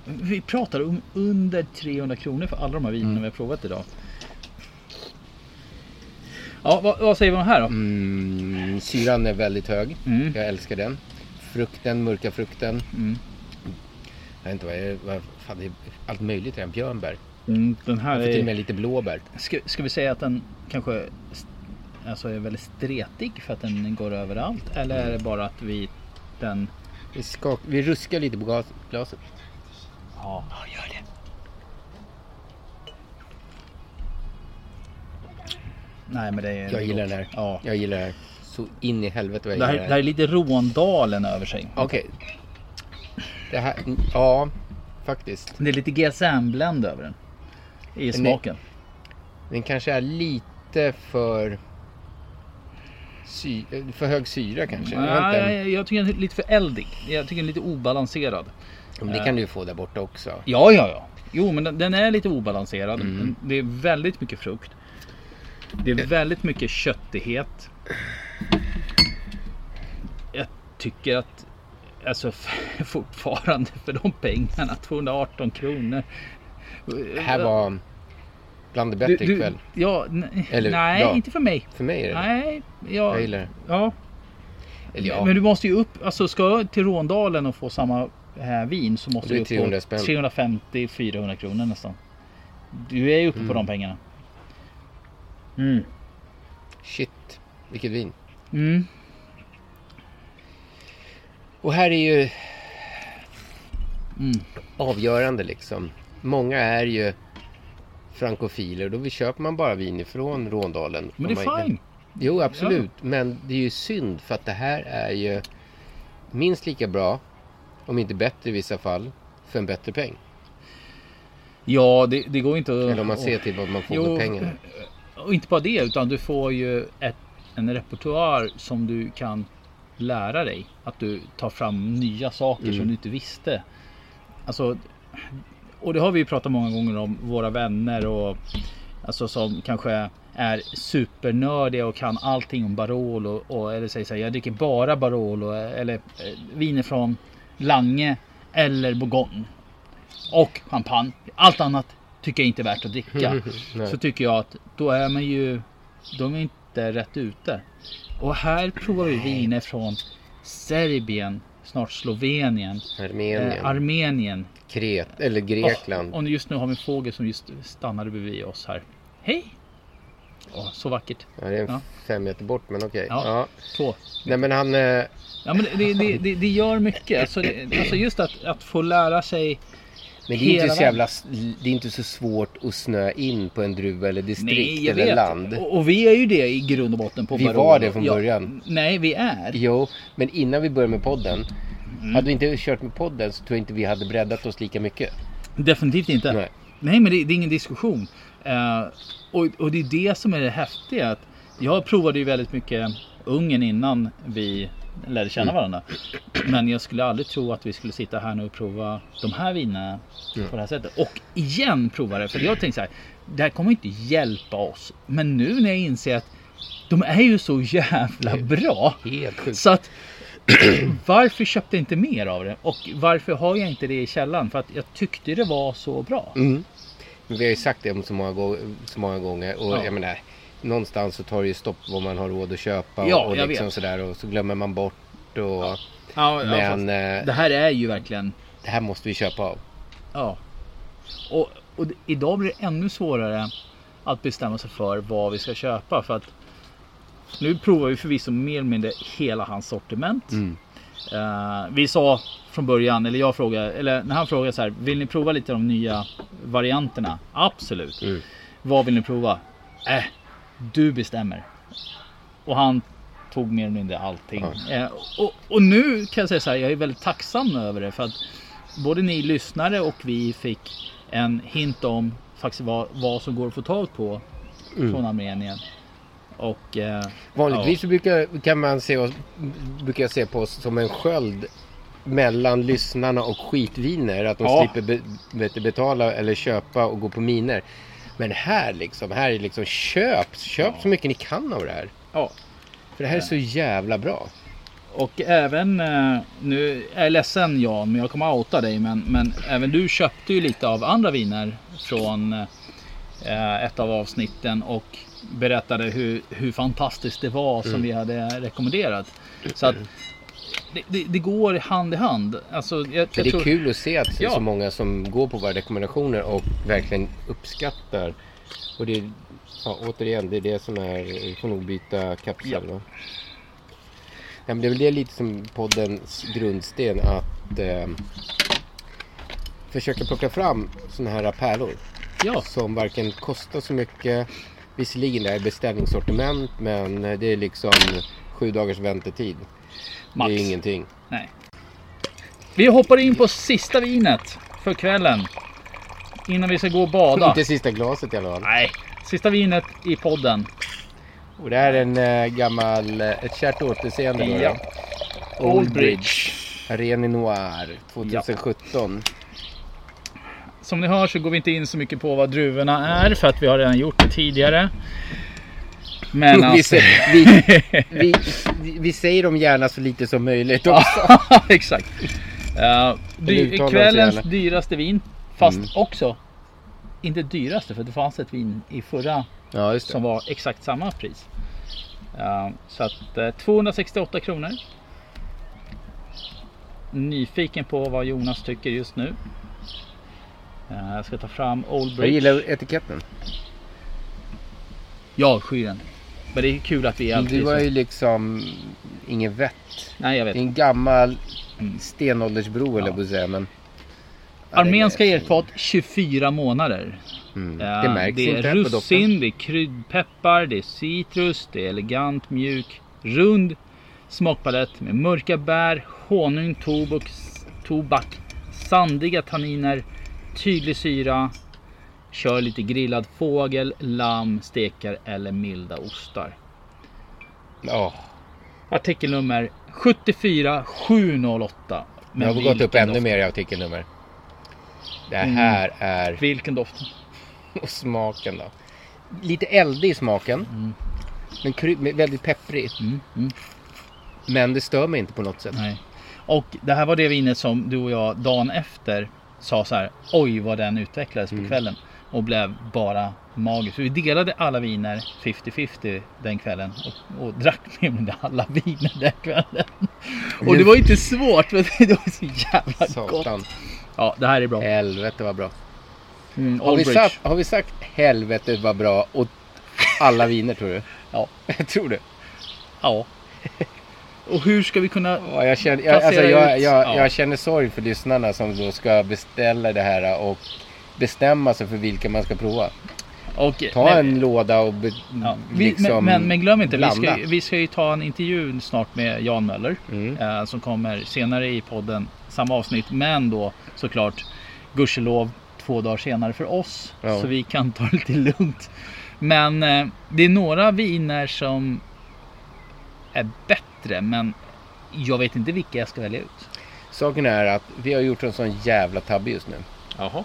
S8: Vi pratar om under 300 kronor för alla de här vinerna vi har provat idag. Ja, vad, vad säger vi om här då?
S9: Mm, syran är väldigt hög.
S8: Mm.
S9: Jag älskar den. Frukten, mörka frukten.
S8: Mm.
S9: Jag vet inte vad, är, vad fan, det är allt möjligt i den. Björnbär.
S8: Mm, den här
S9: Jag får till och med
S8: är...
S9: lite blåbär.
S8: Ska, ska vi säga att den kanske st- alltså är väldigt stretig för att den går överallt? Eller är det bara att vi den...
S9: Vi, skak, vi ruskar lite på gas, glaset.
S8: Ja, gör det. Nej men det är...
S9: Jag gillar den här.
S8: Ja.
S9: Jag gillar den här. Så in i helvete vad
S8: Det
S9: jag
S8: här,
S9: gillar
S8: det
S9: den
S8: här är
S9: här.
S8: lite Råndalen över sig.
S9: Okej. Det här, ja faktiskt.
S8: Det är lite GSM-bländ över den. I
S9: Men
S8: smaken.
S9: Den kanske är lite för... Sy, för hög syra kanske. Jag vet
S8: Nej, jag,
S9: inte.
S8: jag tycker den är lite för eldig. Jag tycker den är lite obalanserad.
S9: Men det kan du ju få där borta också.
S8: Ja, ja, ja. Jo, men den, den är lite obalanserad.
S9: Mm.
S8: Den- Det är väldigt mycket frukt. Det
S9: Eh.
S8: är väldigt mycket köttighet. Jag tycker att alltså f- fortfarande för de pengarna, 218 kronor.
S9: Det här var bland det bättre
S8: Du- du-
S9: ikväll.
S8: Ja, nej,
S9: Eller
S8: nej
S9: dag.
S8: inte för mig.
S9: För mig är det det.
S8: Nej,
S9: Jag
S8: jag,
S9: gillar det.
S8: ja.
S9: Eller ja,
S8: Men du måste ju upp, alltså ska jag till Råndalen och få samma eh, vin så måste
S9: Det
S8: du
S9: är
S8: upp
S9: 300
S8: på
S9: spänn.
S8: 350-400 kronor nästan. Du är ju uppe på de pengarna. Mm.
S9: shit. Vilket vin.
S8: Mm.
S9: Och här är ju
S8: Mm.
S9: avgörande liksom. Många är ju frankofiler. Då köper man bara vin ifrån Råndalen.
S8: Men det
S9: Om
S8: är
S9: man-
S8: fine.
S9: Jo, absolut. Men det är ju synd för att det här är ju minst lika bra, om inte bättre i vissa fall, för en bättre peng.
S8: Ja, det, det går inte att...
S9: Eller om man ser till vad man typ får
S8: Jo,
S9: för pengarna.
S8: Och inte bara det, utan du får ju ett en repertoar som du kan lära dig. Att du tar fram nya saker
S9: Mm.
S8: som du inte visste. Alltså, och det har vi ju pratat många gånger om, våra vänner och alltså som kanske är supernördiga och kan allting om Barolo och eller säger så här, jag dricker bara Barolo eller eh, viner från Lange eller Bourgogne och champagne. Allt annat tycker jag inte är värt att dricka.
S9: Nej.
S8: så tycker jag att då är man ju, de är inte rätt ute. Och här provar vi viner från Serbien, snart Slovenien,
S9: Armenien.
S8: eh, Armenien.
S9: Kret, eller Grekland.
S8: Åh, och just nu har vi en fågel som just stannade bredvid oss här. Hej! Åh, så vackert.
S9: Ja, det är en
S8: Ja.
S9: fem meter bort, men okej.
S8: Ja, två.
S9: Nej, men han... eh,
S8: Ja, men det, det, det, det gör mycket. Alltså, det, alltså just att, att få lära sig
S9: Men det är,
S8: hela
S9: inte så
S8: världen.
S9: jävla, s- det är inte så svårt att snöa in på en druva eller distrikt
S8: Nej, jag
S9: eller
S8: vet.
S9: land.
S8: Och, och vi är ju det i grund och botten på
S9: vi
S8: Barolo.
S9: var det från
S8: Ja.
S9: början.
S8: Nej, vi är.
S9: Jo, men innan vi började med podden.
S8: Mm.
S9: Hade vi inte kört med podden så tror jag inte vi hade breddat oss lika mycket.
S8: Definitivt inte.
S9: Nej.
S8: Nej, men det, det är ingen diskussion. Eh, och, och det är det som är det häftiga. Att jag provade ju väldigt mycket Ungern innan vi lärde känna
S9: Mm.
S8: varandra. Men jag skulle aldrig tro att vi skulle sitta här nu och prova de här vinerna på det här sättet. Och igen prova det. För jag tänkte så här, det här kommer inte hjälpa oss. Men nu när jag inser att de är ju så jävla bra.
S9: Helt sjukt.
S8: Så att varför köpte jag inte mer av det? Och varför har jag inte det i källan? För att jag tyckte det var så bra.
S9: Mm. Men vi har ju sagt det om så många, gå- så många gånger. Och
S8: Ja.
S9: jag menar, någonstans så tar det ju stopp vad man har råd att köpa.
S8: Ja,
S9: och
S8: jag
S9: liksom
S8: vet.
S9: sådär. Och så glömmer man bort. Och...
S8: Ja, ja,
S9: men
S8: fast
S9: eh,
S8: det här är ju verkligen...
S9: det här måste vi köpa av.
S8: Ja. Och, och det- idag blir det ännu svårare att bestämma sig för vad vi ska köpa. För att nu provar vi förvisso mer eller mindre hela hans sortiment.
S9: Mm.
S8: Eh, vi sa från början, eller jag frågade, eller när han frågade så här, vill ni prova lite de nya varianterna? Absolut. Vad vill ni prova? Äh, du bestämmer. Och han tog mer eller mindre allting. Eh, och, och nu kan jag säga så här, jag är väldigt tacksam över det. För att både ni lyssnare och vi fick en hint om faktiskt vad, vad som går att få tag på
S9: Mm.
S8: från Armenien. Och, eh,
S9: Vanligtvis
S8: ja.
S9: så brukar, kan man se oss, brukar jag se på oss som en sköld mellan lyssnarna och skitviner. Att de
S8: Ja.
S9: slipper be, vet du, betala eller köpa och gå på miner. Men här liksom, här är liksom köp, köp så mycket ni kan av det här.
S8: Ja.
S9: För det här är så jävla bra.
S8: Och även eh, nu, jag är ledsen Jan, men jag kommer outa dig. Men, men även du köpte ju lite av andra viner från eh, ett av avsnitten och berättade hur, hur fantastiskt det var som
S9: Mm.
S8: vi hade rekommenderat. Så att det, det, det går hand i hand. Alltså, jag, jag
S9: Men det är
S8: tror-
S9: kul att se att det är
S8: Ja.
S9: så många som går på våra rekommendationer och verkligen uppskattar. Och det är, ja, återigen, det är det som är, vi får nog byta kapsel.
S8: Ja.
S9: va? Ja, men det är väl det lite som poddens grundsten att eh, försöka plocka fram sådana här pärlor. Som varken kostar så mycket, visserligen det är beställningssortiment men det är liksom sju dagars väntetid.
S8: Max.
S9: Det är ingenting.
S8: Nej. Vi hoppar in på sista vinet för kvällen. Innan vi ska gå och bada.
S9: Inte sista glaset i alla fall.
S8: Nej, sista vinet i podden.
S9: Och det här är en eh, gammal, eh, ett kärt återseende då.
S8: Ja.
S9: då. Old
S8: Old
S9: Bridge. Reni Noir 2017.
S8: Som ni hör så går vi inte in så mycket på vad druvorna är för att vi har redan gjort det tidigare. Men
S9: vi,
S8: alltså...
S9: sä- vi, vi, vi, vi säger dem gärna så lite som möjligt också.
S8: Ja, exakt. Eh,
S9: uttalar
S8: dy-
S9: de sig Mm.
S8: kvällens
S9: gärna.
S8: dyraste vin. Fast också inte dyraste för det fanns ett vin i förra
S9: Ja, just det.
S8: som var exakt samma pris. Eh, så att eh, 268 kronor. Nyfiken på vad Jonas tycker just nu. Eh, jag ska ta fram Old
S9: Jag
S8: Bridge.
S9: gillar etiketten.
S8: Jag avskyr den. Men det är kul att vi är
S9: Du
S8: alltid
S9: har
S8: så.
S9: ju liksom ingen vett.
S8: Nej, jag vet.
S9: Det är en gammal
S8: Mm.
S9: stenåldersbro eller på att säga. Men
S8: Armenska erfat 24 månader.
S9: Mm,
S8: Eh,
S9: det märks
S8: det är
S9: inte här på doften.
S8: russin, det är kryddpeppar, det är citrus, det är elegant, mjuk, rund smakpalett med mörka bär, honung, tobak, tobak sandiga tanniner, tydlig syra. Kör lite grillad fågel, lamm, stekar eller milda ostar.
S9: Ja.
S8: Artikelnummer 74708.
S9: Jag har gått
S8: vilken
S9: upp ännu
S8: doft.
S9: mer i artikelnummer. Det
S8: Mm.
S9: här är...
S8: Vilken doft?
S9: Och smaken då? Lite eldig i smaken.
S8: Mm.
S9: Men kry- men väldigt pepprig. Men det stör mig inte på något sätt.
S8: Nej. Och det här var det vinet som du och jag dagen efter sa så här. Oj vad den utvecklades
S9: Mm.
S8: på kvällen. Och blev bara magisk. För Vi delade alla viner 50-50 den kvällen. Och, och drack nämligen alla viner den kvällen. Och det var ju inte svårt. Men det var så jävla
S9: Satan.
S8: gott. Ja, det här är bra.
S9: Helvete vad bra.
S8: Mm,
S9: Har vi,
S8: Oldbridge.
S9: sagt, har vi sagt helvete vad bra och alla viner tror du?
S8: Ja.
S9: Jag tror det.
S8: Ja. Och hur ska vi kunna
S9: Ja, jag, känner, jag, alltså,
S8: placera
S9: jag,
S8: ut-
S9: jag,
S8: Ja.
S9: jag känner sorg för lyssnarna som då ska beställa det här och bestämma sig för vilka man ska prova.
S8: Och,
S9: Ta
S8: men-
S9: en låda och be,
S8: Vi,
S9: liksom
S8: men, men glöm inte, vi ska,
S9: blanda.
S8: ju- vi ska ju ta en intervju snart med Jan Möller.
S9: Mm.
S8: Eh, som kommer senare i podden, samma avsnitt. Men då såklart, gudskelov, två dagar senare för oss.
S9: Ja.
S8: Så vi kan ta det lite lugnt. Men eh, det är några viner som är bättre. Men jag vet inte vilka jag ska välja ut.
S9: Saken är att vi har gjort en sån jävla tabbe just nu.
S8: Jaha.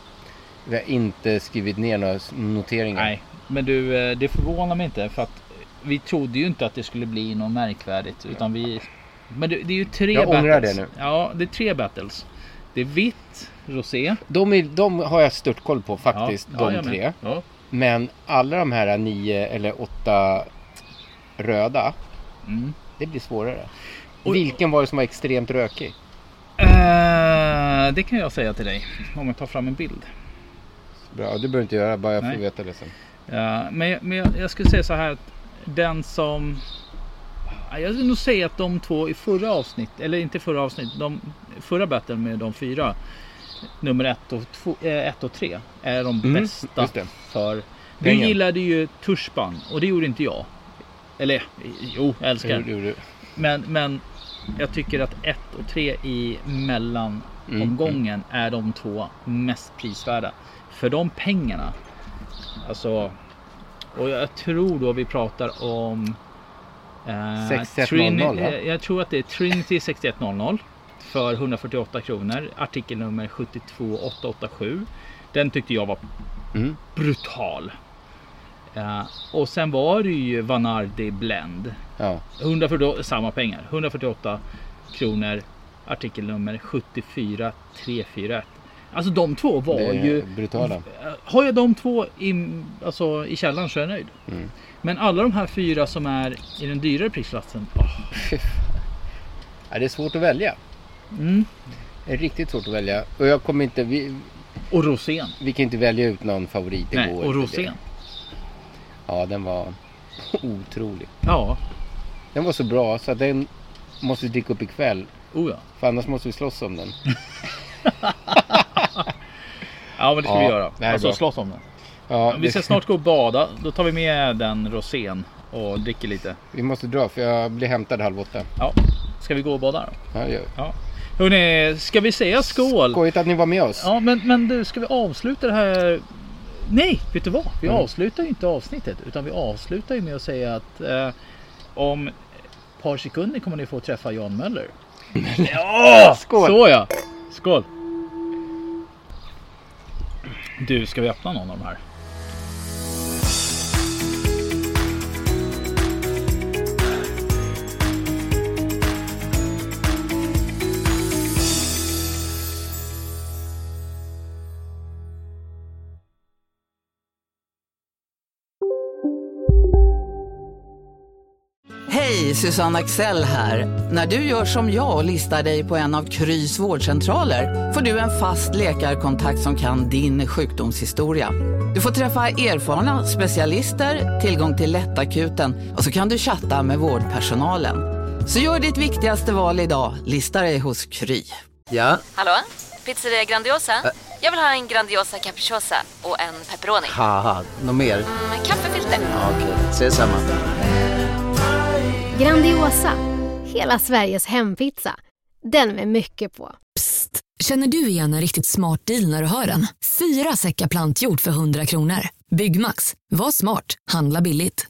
S9: Vi har inte skrivit ner några s- noteringar.
S8: Nej, men du, eh, det förvånar mig inte. För att vi trodde ju inte att det skulle bli något märkvärdigt. Utan vi... Men det, det är ju tre
S9: Jag
S8: battles.
S9: ångrar det nu.
S8: Ja, det är tre battles. Det är vitt, rosé.
S9: De, är, de har jag stört koll på faktiskt,
S8: Ja, ja,
S9: de
S8: jag med.
S9: tre.
S8: Ja.
S9: Men alla de här nio eller åtta röda,
S8: Mm.
S9: det blir svårare. Vilken var det som var extremt rökig?
S8: Eh, det kan jag säga till dig. Om jag tar fram en bild.
S9: Bra, det behöver inte göra, bara jag
S8: Nej.
S9: får veta liksom. det sen.
S8: Ja, men men jag, jag skulle säga så här att den som... Ja, Jag skulle nog säga att de två i förra avsnitt, eller inte förra avsnitt, de, förra battlen med de fyra, nummer ett och, två, eh, ett och tre, är de
S9: Mm,
S8: bästa
S9: just det.
S8: för... Du
S9: Pengen.
S8: gillade ju Turspan och det gjorde inte jag. Eller jo, jag älskar
S9: Jo,
S8: den. Men, men jag tycker att ett och tre i mellanomgången är de två mest prisvärda. För de pengarna Alltså, och jag tror då vi pratar om... Eh,
S9: 6100,
S8: Trini-
S9: va?
S8: eh, Jag tror att det är Trinity 6100 för 148 kronor. Artikelnummer 72887. Den tyckte jag var brutal. Eh, och sen var det ju Vanardi Blend.
S9: Ja.
S8: 148, samma pengar. 148 kronor. Artikelnummer 74341. Alltså de två var
S9: Det är
S8: ju
S9: brutala.
S8: har jag de två i, alltså, i källaren så är jag nöjd.
S9: Mm.
S8: Men alla de här fyra som är i den dyrare prisklassen. åh.
S9: Ja, det är svårt att välja.
S8: Mm.
S9: Det är riktigt svårt att välja. Och jag kommer inte... Vi,
S8: och rosén.
S9: Vi kan inte välja ut någon favorit. Det
S8: Nej,
S9: går
S8: och
S9: inte.
S8: rosén.
S9: Ja, den var otrolig.
S8: Ja.
S9: Den var så bra så att den måste vi dricka upp ikväll.
S8: Oh ja.
S9: För annars måste vi slåss om den.
S8: Ja men det ska
S9: Ja,
S8: vi göra.
S9: det här är
S8: alltså
S9: bra.
S8: slåss om den.
S9: Ja,
S8: vi
S9: det-
S8: ska snart gå och bada. Då tar vi med den rosén och dricker lite.
S9: Vi måste dra för jag blir hämtad halv åtta.
S8: Ja. Ska vi gå och bada då?
S9: Ja, det gör vi.
S8: Ja. Hörrni, ska vi säga skål?
S9: Skojigt att ni var med oss.
S8: Ja men, men du, ska vi avsluta det här? Nej, vet du vad? Vi
S9: Mm.
S8: avslutar ju inte avsnittet utan vi avslutar ju med att säga att eh, om ett par sekunder kommer ni få träffa Jan Möller. ja,
S9: Skål!
S8: Så ja. Skål! Du, ska vi öppna någon av de här?
S14: Hej, Susanne Axel här. När du gör som jag och listar dig på en av Krys vårdcentraler får du en fast läkarkontakt som kan din sjukdomshistoria. Du får träffa erfarna specialister, tillgång till lättakuten och så kan du chatta med vårdpersonalen. Så gör ditt viktigaste val idag, listar dig hos Kry. Ja,
S15: Hallå? Pizzeria Grandiosa? Jag vill ha en Grandiosa capriciosa och en pepperoni.
S14: haha, något mer?
S15: Med kaffefilter.
S14: Ja, Okej, ses samma.
S16: Grandiosa, hela Sveriges hempizza. Den med mycket på.
S17: Psst! Känner du igen en riktigt smart deal när du hör den? Fyra säckar plantjord för 100 kronor. Byggmax. Var smart. Handla billigt.